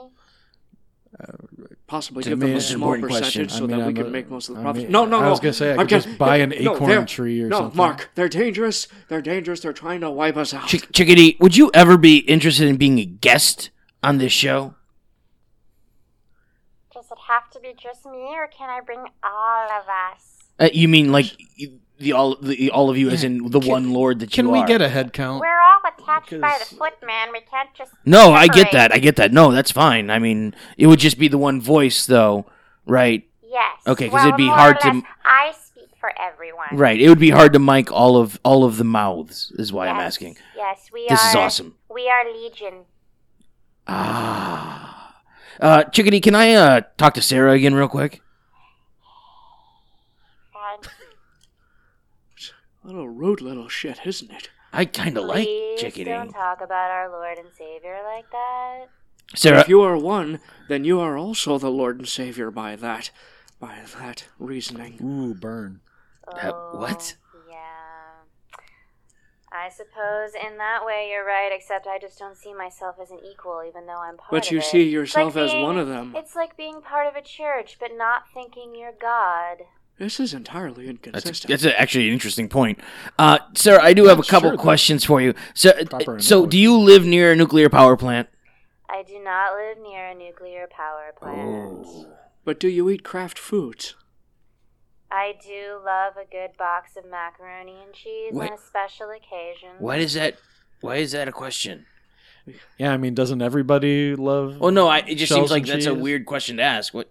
G: possibly
F: To
G: give
F: me,
G: them a
F: it's an
G: small
F: important question.
G: percentage so
F: I mean,
G: that we
F: I'm
G: could
F: a-
G: make most of the
F: I
G: profit.
F: mean,
G: no, no,
F: I
G: no.
F: was gonna say, I
G: I'm
F: could
G: kidding.
F: just buy an
G: No,
F: acorn
G: they're-
F: tree or
G: no,
F: something.
G: Mark, they're dangerous. They're dangerous. They're trying to wipe us out.
E: Chick- Chickadee, would you ever be interested in being a guest on this show?
P: Does it have to be just me, or can I bring all of us?
E: Uh, you mean like the all the all of you as in the one lord that
F: Can
E: you
F: we
E: are?
F: get a head count?
P: We're all attached by the foot, man. We can't just.
E: No, I get
P: separate.
E: that. I get that. No, that's fine. I mean, it would just be the one voice though, right?
P: Yes.
E: Okay, cuz
P: Well,
E: it'd be
P: more or
E: hard to
P: less, I speak for everyone.
E: Right. It would be hard to mic all of all of the mouths is why I'm
P: Yes,
E: asking.
P: Yes, we are.
E: This is awesome.
P: We are legion.
E: Ah. Uh, Chickadee, can I uh, talk to Sarah again real quick?
P: And
G: What a rude little shit, isn't it?
E: I kind of like
O: Please
E: Chickadee.
O: don't talk about our Lord and Savior like that.
E: Sarah-
G: if you are one, then you are also the Lord and Savior by that, by that reasoning.
F: Ooh, burn.
E: Uh, what?
O: Um, I suppose in that way you're right, except I just don't see myself as an equal, even though I'm part
G: But
O: of
G: you
O: it.
G: see
O: It's
G: yourself as
O: being-
G: one of them.
O: It's like being part of a church, but not thinking you're God.
G: This is entirely
E: That's,
G: inconsistent.
E: that's a- actually an interesting point. Uh, Sarah, I do have a
G: Sure,
E: couple
G: though.
E: questions for you. So,
G: Proper
E: so do you live near a nuclear power plant?
O: I do not live near a nuclear power plant.
G: But do you eat craft foods?
O: I do love a good box of macaroni and cheese
E: What-
O: on a special occasion.
E: Why is that? Why is that a question?
F: Yeah, I mean, doesn't everybody love?
E: Well, Oh, no, I, it just
F: shells
E: seems like
F: and
E: that's a
F: cheese?
E: weird question to ask. What?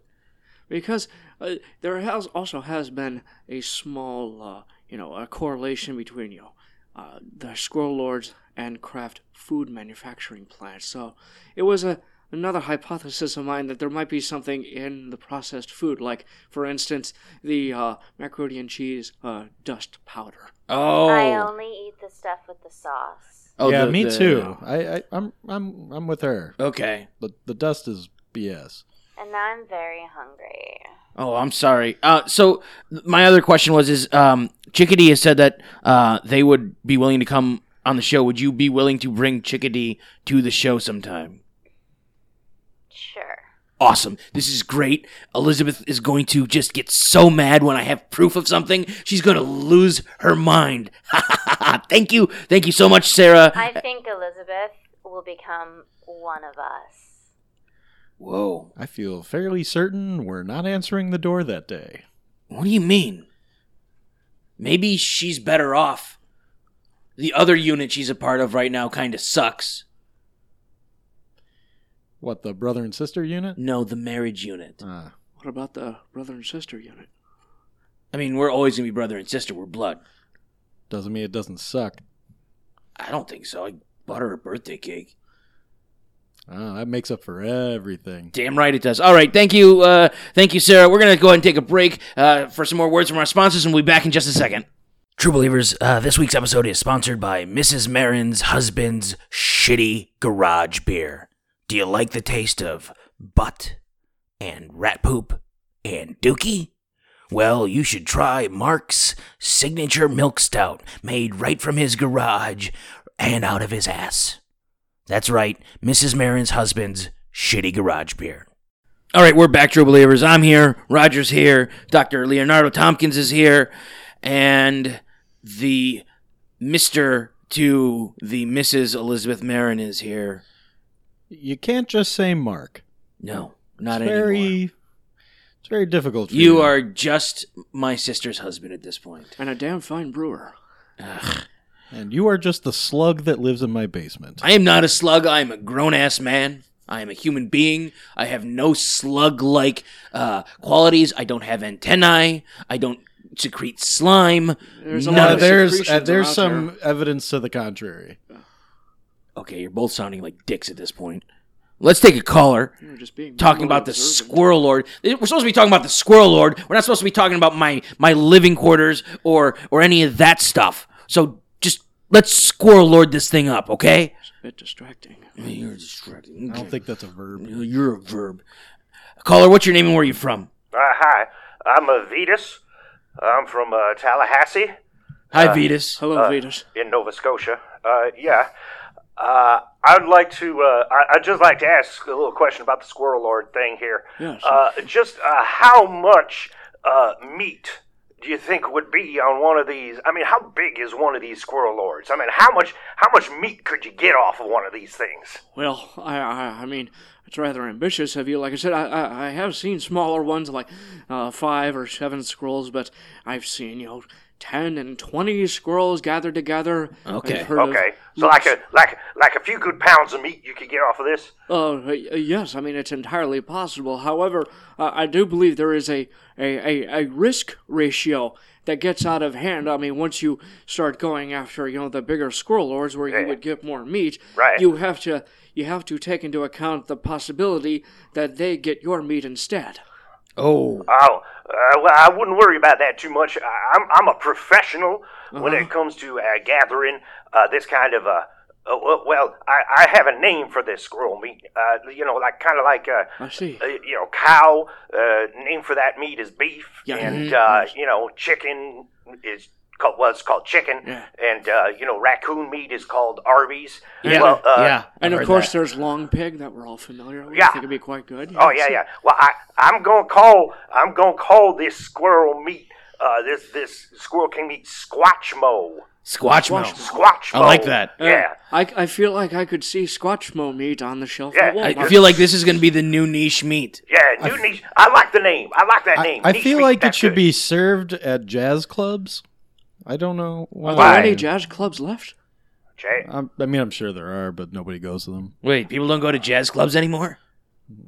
G: Because uh, there has also has been a small, uh, you know, a correlation between you, know, uh, the Squirrel Lords and craft food manufacturing plants. So it was a another hypothesis of mine that there might be something in the processed food, like for instance the uh, macaroni and cheese uh, dust powder.
O: I
G: Oh.
O: only eat the stuff with the sauce.
E: Oh,
F: yeah,
E: the-
F: me
E: the-
F: too. I, I, I'm, I'm, I'm with her.
E: Okay.
F: But the dust is BS.
O: And I'm very hungry.
E: Oh, I'm sorry. Uh, so th- my other question was: Is um, Chickadee has said that uh, they would be willing to come on the show? Would you be willing to bring Chickadee to the show sometime? awesome. This is great. Elizabeth is going to just get so mad when I have proof of something. She's going to lose her mind. Thank you. Thank you so much, Sarah.
O: I think Elizabeth will become one of us.
E: Whoa.
F: I feel fairly certain we're not answering the door that day.
E: What do you mean? Maybe she's better off. The other unit she's a part of right now kind of sucks.
F: What, the brother and sister unit? Ah,
E: No, the marriage unit.
G: What about the brother and sister unit?
E: I mean, we're always going to be brother and sister. We're blood.
F: Doesn't mean it doesn't suck.
E: I don't think so. I bought her a birthday cake.
F: Oh, that makes up for everything.
E: Damn right it does. All right, thank you, uh, thank you, Sarah. We're gonna go ahead and take a break uh, for some more words from our sponsors, and we'll be back in just a second. True believers, uh, this week's episode is sponsored by Mrs. Marin's husband's shitty garage beer. Do you like the taste of butt and rat poop and dookie? Well, you should try Mark's signature milk stout, made right from his garage and out of his ass. That's right, Mrs. Marin's husband's shitty garage beer. All right, we're back, true believers. I'm here. Roger's here. Dr. Leonardo Tompkins is here. And the Mr. to the Mrs. Elizabeth Marin is here.
F: You can't just say Mark.
E: No, not
F: it's very,
E: anymore.
F: It's very difficult. For
E: You are just my sister's husband at this point.
G: And a damn fine brewer.
F: and you are just the slug that lives in my basement.
E: I am not a slug. I am a grown ass man. I am a human being. I have no slug like uh, qualities. I don't have antennae. I don't secrete slime.
G: There's a
E: None
G: lot
E: of
G: of
E: it.
F: There's uh,
G: secretions
F: there's
G: out
F: some evidence to the contrary.
E: Okay, you're both sounding like dicks at this point. Let's take a caller.
G: You were just being
E: Talking
G: more
E: about the
G: observant.
E: Squirrel Lord. We're supposed to be talking about the Squirrel Lord. We're not supposed to be talking about my my living quarters or or any of that stuff. So just let's Squirrel Lord this thing up, okay?
G: It's a bit distracting.
E: You're distracting.
F: I don't think that's a verb.
E: You're a verb. Caller, what's your name and where are you from?
Q: Uh, hi, I'm uh, Vetus. I'm from uh, Tallahassee.
E: Hi,
Q: Uh,
E: Vetus.
Q: uh, In Nova Scotia. Uh, yeah. Uh, I'd like to. Uh, I, I'd just like to ask a little question about the Squirrel Lord thing here.
G: Yeah,
Q: uh, just uh, how much uh, meat do you think would be on one of these? I mean, how big is one of these Squirrel Lords? I mean, how much how much meat could you get off of one of these things?
G: Well, I, I, I mean, it's rather ambitious of you. Like I said, I, I, I have seen smaller ones, like uh, five or seven squirrels, but I've seen you know ten and twenty squirrels gathered together. I've heard of
Q: Okay. So like a like like a few good pounds of meat you could get off of this.
G: Uh, y- yes, I mean, it's entirely possible. However, uh, I do believe there is a, a, a, a risk ratio that gets out of hand. I mean, once you start going after, you know, the bigger squirrel lords where you would get more meat,
Q: Right.
G: you have to you have to take into account the possibility that they get your meat instead.
E: Oh.
Q: Oh, uh, well, I wouldn't worry about that too much. I, I'm, I'm a professional when
G: Uh-huh.
Q: it comes to uh, gathering uh, this kind of. Uh, uh, well- well, I, I have a name for this squirrel meat. Uh, you know, like kind of like uh,
G: I see.
Q: uh, you know cow. Uh, name for that meat is beef,
G: Yeah.
Q: and
G: Mhm.
Q: uh, you know chicken is called well, it's called chicken,
G: Yeah.
Q: and uh, you know raccoon meat is called Arby's.
G: Yeah.
Q: well, uh,
G: and of course, there's long pig that we're all familiar with. I
Q: Yeah.
G: think it'd be quite good.
Q: Oh yeah, yeah. Well, I I'm gonna call I'm gonna call this squirrel meat. Uh, this this squirrel king meat squatchmo.
E: Squatchmo.
Q: Squatchmo.
E: I like that.
Q: Yeah.
G: Uh, I, I feel like I could see Squatchmo meat on the shelf.
Q: Yeah,
G: at Walmart.
E: I feel like this is going to be the new niche meat.
Q: Yeah, new niche. I like the name. I like that
F: I,
Q: name.
F: I
Q: Niche
F: feel
Q: meat,
F: like it
Q: that's
F: should
Q: good.
F: be served at jazz clubs. I don't know
G: Are there any
F: why.
G: jazz clubs left?
Q: Jay.
F: I'm, I mean, I'm sure there are, but nobody goes to them.
E: Wait, people don't go to jazz clubs anymore?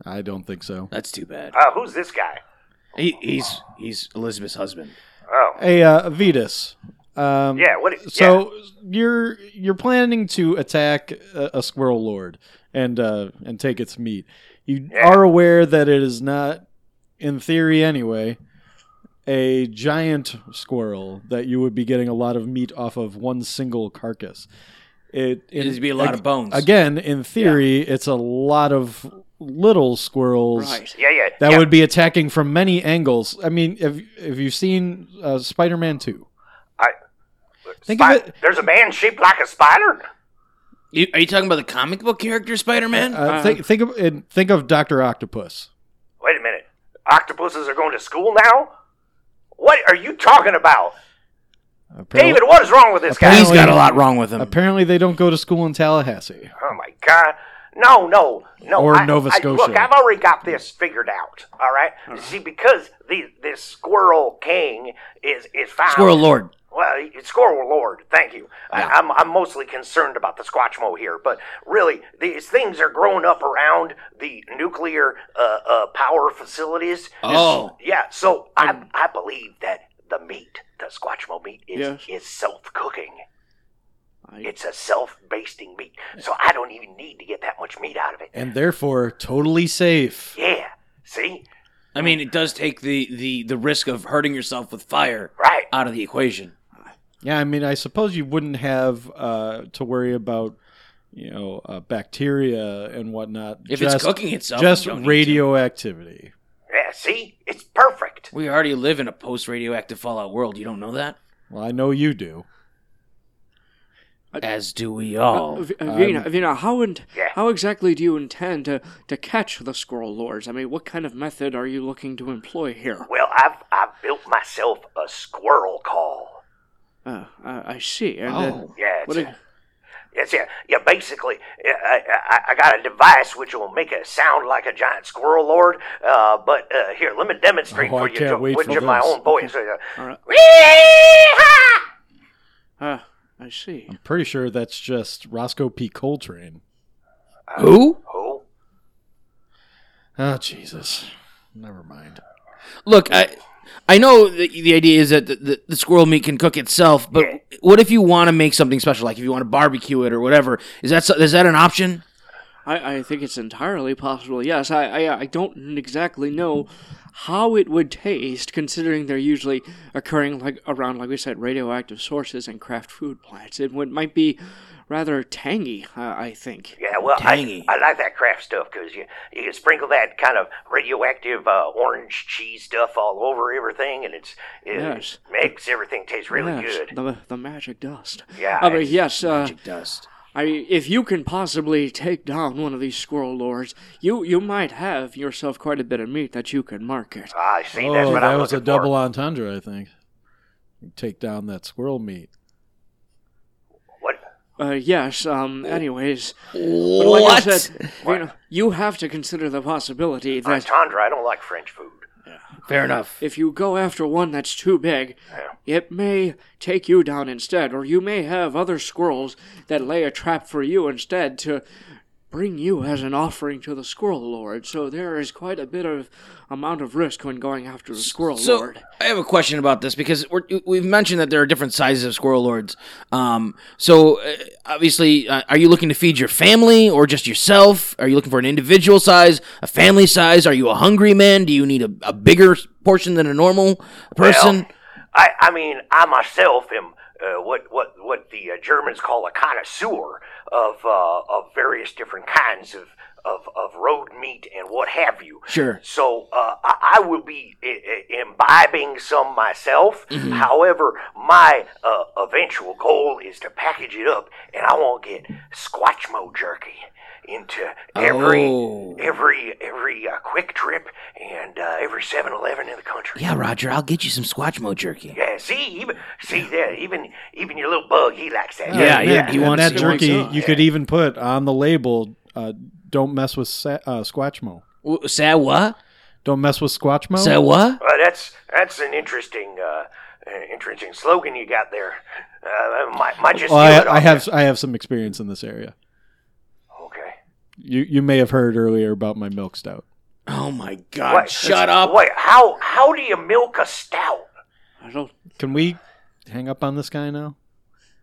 F: I don't think so.
E: That's too bad.
Q: Uh, who's this guy?
E: He, he's he's Elizabeth's husband.
Q: Oh.
F: Hey, uh, Vetus. Um,
E: Yeah, what- yeah.
F: So you're you're planning to attack a, a squirrel lord and uh, and take its meat. You are aware that it is not, in theory anyway, a giant squirrel that you would be getting a lot of meat off of one single carcass. It
E: It'd
F: in-
E: be a lot
F: ag-
E: of bones.
F: Again, in theory, it's a lot of little squirrels.
E: Right.
Q: Yeah, yeah,
F: That
Q: yeah.
F: would be attacking from many angles. I mean, have have you seen uh, Spider-Man Two?
Q: I
F: think
Q: Spi-
F: of it.
Q: There's a man shaped like a spider.
E: You, are you talking about the comic book character Spider Man?
Q: Uh-huh.
F: Uh, think think of and think of Doctor Octopus.
Q: octopuses are going to school now? What are you talking about?
F: Apparently-
Q: David, what is wrong with this guy?
F: Apparently-
E: with
Q: him.
F: Apparently, they don't go to school in Tallahassee.
Q: Oh my God. No, no, no.
F: Or
Q: I-
F: Nova
Q: I-
F: Scotia. Hmm.
Q: look, I've already got this figured out. All right. See, because the, this squirrel king is is found.
E: Squirrel Lord.
Q: Well, he- squirrel lord. Thank you. I, I'm I'm mostly concerned about the Squatchmo here, but really, these things are growing up around the nuclear uh, uh, power facilities.
E: Oh.
Q: Yeah. So I I believe that the meat, the Squatchmo meat, is is self cooking. It's a self basting meat, so I don't even need to get that much meat out of it.
F: And therefore, totally safe.
Q: Yeah, see,
E: I mean, it does take the, the, the risk of hurting yourself with fire
Q: right.
E: out of the equation.
F: Yeah, I mean, I suppose you wouldn't have uh, to worry about you know uh, bacteria and whatnot.
E: If it's cooking itself, you
F: just
E: don't need to.
F: radioactivity.
Q: yeah. See, it's perfect.
E: We already live in a post radioactive fallout world. You don't know that?
F: Well, I know you do.
E: As do we
G: Uh,
E: all.
G: V- Vina, Vina, how and
E: Yeah.
G: how exactly do you intend to, to catch the squirrel lords? I mean, what kind of method are you looking to employ here?
Q: Well, I've I've built myself a squirrel call.
G: Uh, I I see. And,
Q: Oh.
G: uh,
Q: Yeah, it's
G: what
Q: a-
G: a-
Q: Yes, yeah, yeah. Basically, I, I, I got a device which will make it sound like a giant squirrel lord. Uh, but uh, here, let me demonstrate
G: Oh, I
Q: for you
G: can't
Q: Jo-
G: wait
Q: with
G: for
Q: ju- my
G: this.
Q: own voice. Uh,
G: all right. Uh, I see.
F: I'm pretty sure that's just Roscoe P. Coltrane.
E: Who?
Q: Who?
F: Oh Jesus! Never mind.
E: Look, I I know the, the idea is that the, the, the squirrel meat can cook itself, but what if you want to make something special? Like if you want to barbecue it or whatever? Is that so- is that an option?
G: I, I think it's entirely possible. Yes, I, I I don't exactly know how it would taste, considering they're usually occurring like around, like we said, radioactive sources and craft food plants. It would, might be rather tangy. Uh, I think.
Q: Yeah, well, I, I like that craft stuff because you you can sprinkle that kind of radioactive uh, orange cheese stuff all over everything, and it's it
G: Yes.
Q: makes everything taste really
G: Yes,
Q: good.
G: The, the magic dust.
Q: Yeah,
G: Uh, but
Q: it's
G: yes. Uh,
E: magic dust.
G: I, if you can possibly take down one of these squirrel lords, you you might have yourself quite a bit of meat that you can market.
Q: I
F: oh, that was a double entendre, I think. Take down that squirrel meat.
G: Uh, yes. Um. Anyways, but like I
F: What?
G: said, Vina, you have to consider the possibility that
Q: entendre. I don't like French food.
E: Fair enough.
G: If you go after one that's too big, it may take you down instead, or you may have other squirrels that lay a trap for you instead to bring you as an offering to the squirrel lord. So there is quite a bit of amount of risk when going after the squirrel
E: So
G: lord.
E: I have a question about this because we're, we've mentioned that there are different sizes of squirrel lords. Um, so uh, obviously, uh, are you looking to feed your family or just yourself? Are you looking for an individual size, a family size? Are you a hungry man? Do you need a, a bigger portion than a normal person?
Q: I, I mean, I myself am uh, what what what the uh, Germans call a connoisseur of uh, of various different kinds of, of of road meat and what have you.
E: Sure.
Q: So uh, I, I will be I- I- imbibing some myself.
E: Mhm.
Q: However, my uh, eventual goal is to package it up, and I want to get Squatchmo jerky into every
E: Oh.
Q: every every uh, quick trip and uh, every 7-Eleven in the country.
E: Yeah, Roger, I'll get you some Squatchmo jerky.
Q: Yeah, see, even see there, even even your little bug, he likes that.
F: And that- and that jerky. You could even put on the label. Uh, don't mess with sa- uh, Squatchmo.
E: W- Say what?
F: Don't mess with Squatchmo.
E: Say what?
Q: Uh, that's that's an interesting uh, uh, interesting slogan you got there. Uh, I might, might just
F: Well,
Q: steal it
F: I, I
Q: off
F: have I have some experience in this area.
Q: you. Okay.
F: You you may have heard earlier about my milk stout.
E: Oh my
R: Uh,
E: God!
Q: Wait,
E: shut up.
Q: Wait, how how do you milk a stout?
G: I don't.
F: Can we hang up on this guy now?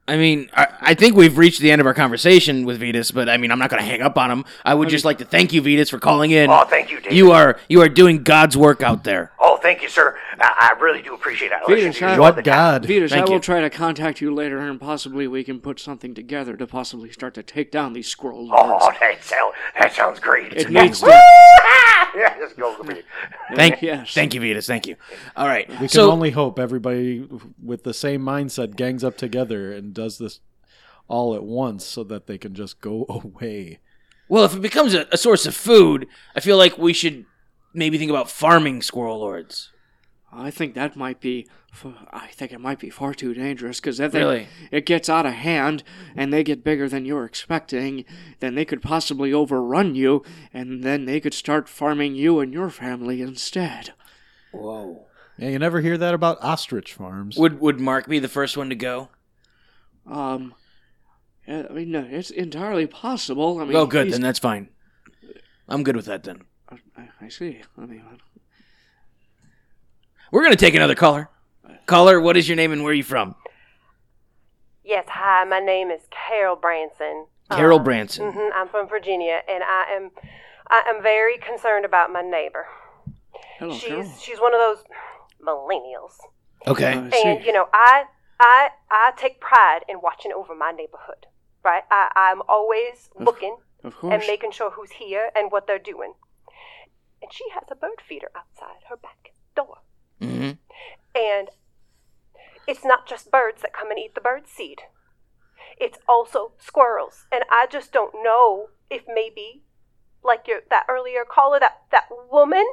E: I mean, I, I think we've reached the end of our conversation with Vetus, but I mean, I'm not going to hang up on him. I would just like to thank you, Vetus, for calling in.
Q: Oh, thank you, David.
E: You are you are doing God's work out there.
Q: Oh, thank you, sir. I, I really do appreciate it. I listen
G: Venus,
Q: to you
G: I-
Q: all the time.
G: Venus,
E: Thank
G: I will
E: you.
G: try to contact you later, and possibly we can put something together to possibly start to take down these squirrel lords.
Q: Oh, that sound that sounds great.
G: It needs to.
Q: yeah, just go over here.
E: Thank
G: Yes.
E: thank you, Vetus. Thank you. All right.
F: We can
E: so
F: only hope everybody with the same mindset gangs up together and does this all at once, so that they can just go away.
E: well, if it becomes a, a source of food, I feel like we should maybe think about farming squirrel lords.
G: I think that might be. f- I think it might be far too dangerous because if they-
E: Really?
G: it gets out of hand and they get bigger than you're expecting, then they could possibly overrun you, and then they could start farming you and your family instead.
E: Whoa!
F: Yeah, you never hear that about ostrich farms.
E: Would would Mark be the first one to go?
G: Um, eh, I mean, no, it's entirely possible. I mean,
E: oh, good.
G: he's-
E: Then that's fine. I'm good with that. Then
G: I see. I mean,
E: we're gonna take another caller. Caller, what is your name and where are you from?
R: Yes, hi, my name is Carol Branson.
E: Carol Branson.
Q: Mm-hmm.
R: hmm I'm from Virginia, and I am I am very concerned about my neighbor.
G: Oh,
E: Hello,
R: she's
E: Carol.
R: she's one of those millennials,
E: Okay.
R: and you know I I I take pride in watching over my neighborhood. Right, I I'm always looking
G: of
R: and
G: course.
R: making sure who's here and what they're doing. And she has a bird feeder outside her back door.
E: Mm-hmm.
R: And it's not just birds that come and eat the bird seed. It's also squirrels. And I just don't know if maybe like your that earlier caller, that, that woman,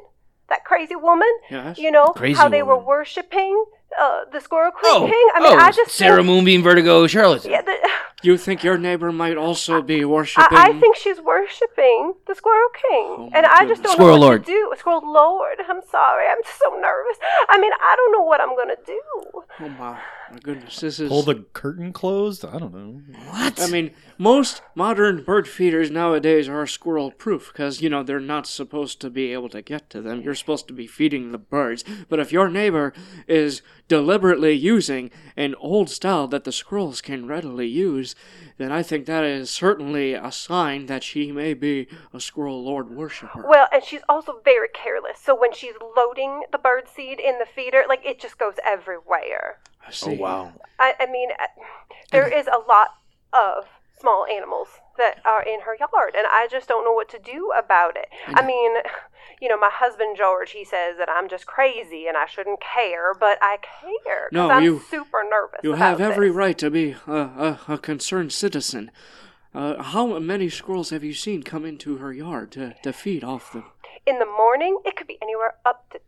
R: that crazy woman,
E: Yes.
R: you know,
E: Crazy
R: how they were worshiping uh, the squirrel queen
E: Oh,
R: king. I mean,
E: oh,
R: I just
E: Sarah
R: think,
E: Moonbeam Vertigo Charlatan.
R: yeah, the,
G: you think your neighbor might also be
R: I,
G: worshiping?
R: I think she's worshiping the squirrel king,
E: Oh
R: and I just don't
G: Squirrel
R: know what
G: lord.
R: to do. Squirrel lord, I'm sorry, I'm just so nervous. I mean, I don't know what I'm gonna do.
G: Oh my, my goodness, this is.
F: Pull the curtain closed? I don't know.
G: What? I mean, most modern bird feeders nowadays are squirrel proof because, you know, they're not supposed to be able to get to them. You're supposed to be feeding the birds. But if your neighbor is deliberately using an old style that the squirrels can readily use, then I think that is certainly a sign that she may be a squirrel lord worshiper.
R: Well, and she's also very careless. So when she's loading the bird seed in the feeder, like it just goes everywhere.
G: I see.
E: Oh, wow.
R: I, I mean, I- there is a lot of small animals that are in her yard, and I just don't know what to do about it. I mean, you know, my husband George, he says that I'm just crazy and I shouldn't care, but I care 'cause
G: No,
R: I'm
G: you-
R: super nervous.
G: You
R: about
G: have every
R: this.
G: right to be a, a, a concerned citizen. Uh, how many squirrels have you seen come into her yard to, to feed off them?
R: in the morning. It could be anywhere up to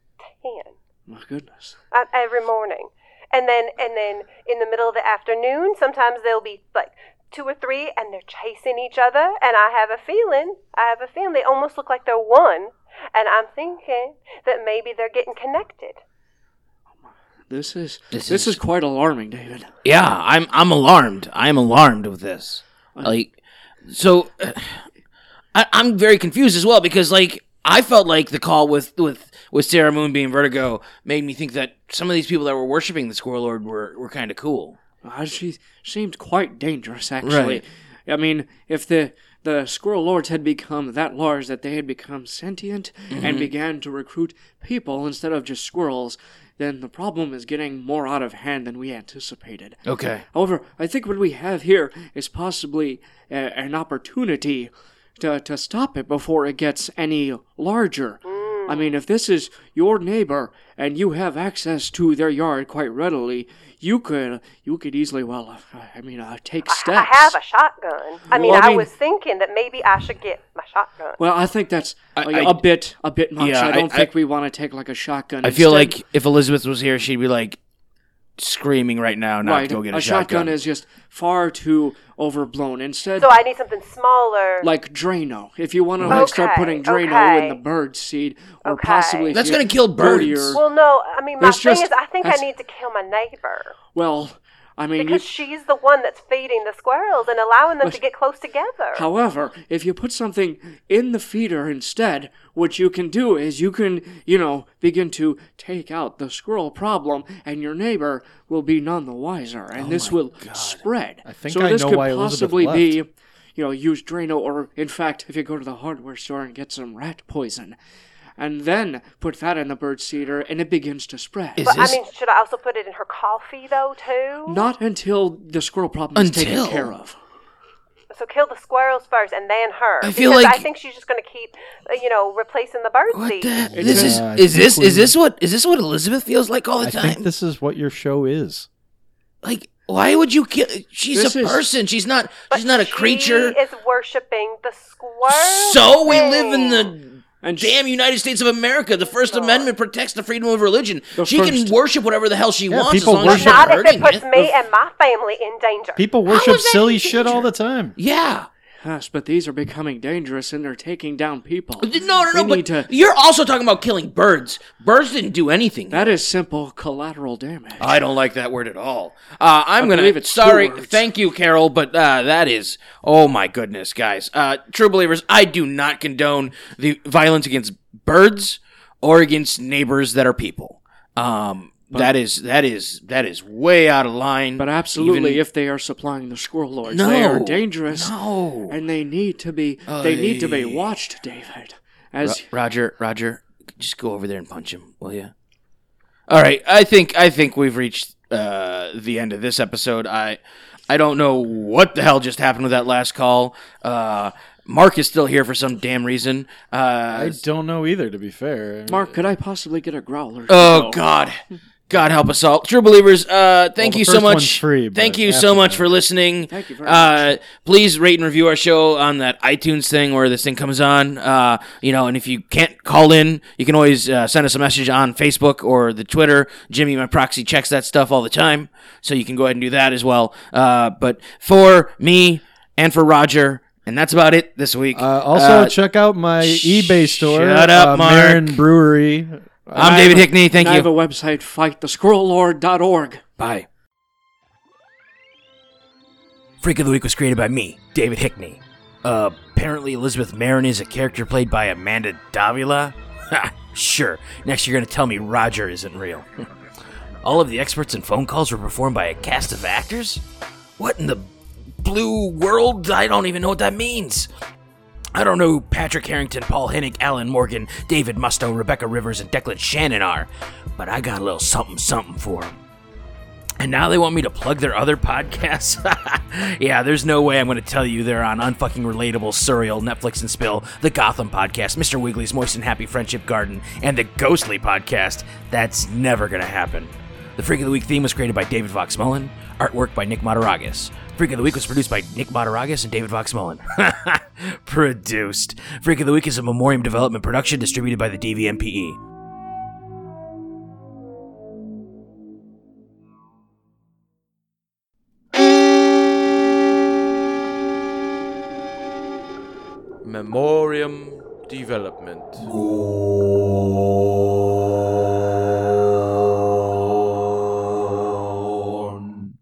R: ten.
G: My goodness.
R: uh, every morning and then and then in the middle of the afternoon sometimes they'll be like two or three and they're chasing each other and i have a feeling i have a feeling they almost look like they're one and i'm thinking that maybe they're getting connected
G: This is
E: This
G: this, is, quite alarming, David.
E: Yeah, I'm I'm alarmed. I'm alarmed with this. Like, so I, I'm very confused as well because like I felt like the call with with with Sarah Moonbeam Vertigo made me think that some of these people that were worshiping the Squirrel Lord were were kind of cool.
G: Uh, she seemed quite dangerous, actually.
E: Right.
G: I mean, if the the squirrel lords had become that large that they had become sentient and
E: Mhm.
G: began to recruit people instead of just squirrels, then the problem is getting more out of hand than we anticipated.
E: Okay.
G: However, I think what we have here is possibly a, an opportunity to, to stop it before it gets any larger. I mean, if this is your neighbor and you have access to their yard quite readily, you could you could easily well, I mean, uh, take
R: i
G: steps.
R: have a shotgun i mean,
G: Well, I
R: I
G: mean-
R: was thinking that maybe i should get my shotgun
G: well, I think that's a
E: I-
G: bit a bit much.
E: Yeah,
G: I don't
E: I-
G: think we want to take like a shotgun.
E: I feel
G: Instead-
E: like if Elizabeth was here, she'd be like screaming right now, not
G: right,
E: to go get a,
G: shotgun is just far too overblown. Instead,
R: so i need something smaller
G: like Drano. If you want to like start
R: Okay,
G: putting Drano
R: okay.
G: in the bird seed, or
R: Okay.
G: possibly if
E: That's
G: you-
E: gonna kill birds.
G: birdier-
R: well no i mean my
G: There's
R: thing
G: just-
R: is i think i
G: that's-
R: need to kill my neighbor
G: Well, I mean, you,
R: because she's the one that's feeding the squirrels and allowing them to get close together
G: however, if you put something in the feeder instead, what you can do is you can, you know, begin to take out the squirrel problem, and your neighbor will be none the wiser, and this will spread. I
F: think
G: so
F: Oh I
G: this
F: know
G: could
F: why Elizabeth
G: possibly be. You know, use Drano, or in fact, if you go to the hardware store and get some rat poison, and then put that in the bird cedar, and it begins to spread.
R: but I mean, should I also put it in her coffee though too?
G: Not until the squirrel problem is taken
E: Until-
G: care of.
R: So kill the squirrels first, and then her.
E: I feel
R: because
E: like-
R: I think she's just going to keep, uh, you know, replacing the bird seed.
E: This is is this is this what is this what Elizabeth feels like all the
F: I
E: time?
F: think this is what your show is.
E: like, why would you kill? She's
F: This
E: a
F: is-
E: person. She's not. She's not a creature.
R: She is worshiping the squirrel.
E: So we live in the
G: And
E: damn United States of America, the First Amendment protects the freedom of religion. She can worship whatever the hell she
F: Yeah,
E: wants as
F: people
E: long as she's
F: worship-
E: not
R: Not if it
E: hurting
R: puts
E: it.
R: me and my family in danger.
F: People worship silly shit all the time.
E: Yeah.
G: Yes, but these are becoming dangerous and they're taking down people.
E: Uh, No, no, no.
G: We
E: But
G: need to-
E: you're also talking about killing birds. Birds didn't do anything.
G: That is simple collateral damage.
E: I don't like that word at all. Uh, I'm
G: I
E: gonna.
G: believe it's
E: sorry.
G: two words.
E: Thank you, Carol. But uh, that is. Oh my goodness, guys. Uh, true believers, I do not condone the violence against birds or against neighbors that are people. Um, that is that is that is way out of line. But
G: Absolutely, if they are supplying the squirrel lords, they
E: No,
G: are dangerous.
E: No,
G: and they need to be. They need to be
E: Aye.
G: watched, David. As
E: Roger, Roger, just go over there and punch him, will you? All right, I think I think we've reached uh, the end of this episode. I I don't know what the hell just happened with that last call. Uh, Mark is still here for some damn reason. Uh,
F: I don't know either, to be fair.
G: Mark, could I possibly get a growler?
E: Oh God, God help us all, true believers. Uh, thank
F: Well, the
E: you so
F: first
E: much.
F: one's free, but
E: thank you
F: after
E: so much for listening. Thank you very uh, Please rate and review our show on that iTunes thing where this thing comes on. Uh, you know, and if you can't call in, you can always uh, send us a message on Facebook or the Twitter. Jimmy, my proxy, checks that stuff all the time, so you can go ahead and do that as well. Uh, but for me and for Roger. And that's about it this week. Uh,
F: Also, check out my eBay store.
E: shut up,
F: uh,
E: Mark.
F: Marin Brewery.
E: I'm David Hickney.
G: and
E: Thank
G: I
E: you.
G: have a website, fightthesquirrellord.org.
E: Bye. Freak of the Week was created by me, David Hickney. Uh, apparently, Elizabeth Marin is a character played by Amanda Davila. Ha, sure. Next, you're going to tell me Roger isn't real. All of the experts and phone calls were performed by a cast of actors? What in the blue world? I don't even know what that means. I don't know who Patrick Harrington, Paul Hennig, Alan Morgan, David Musto, Rebecca Rivers, and Declan Shannon are, but I got a little something something for 'em. And now they want me to plug their other podcasts? yeah, there's no way I'm going to tell you they're on Unfucking Relatable, Surreal, Netflix and Spill, The Gotham Podcast, Mr. Wiggly's Moist and Happy Friendship Garden, and The Ghostly Podcast. That's never going to happen. The Freak of the Week theme was created by David Vox Mullen, artwork by Nick Mataragas. Freak of the Week was produced by Nick Mataragas and David Vox Mullen. produced. Freak of the Week is a memoriam development production distributed by the DVMPE.
S: Memoriam Development.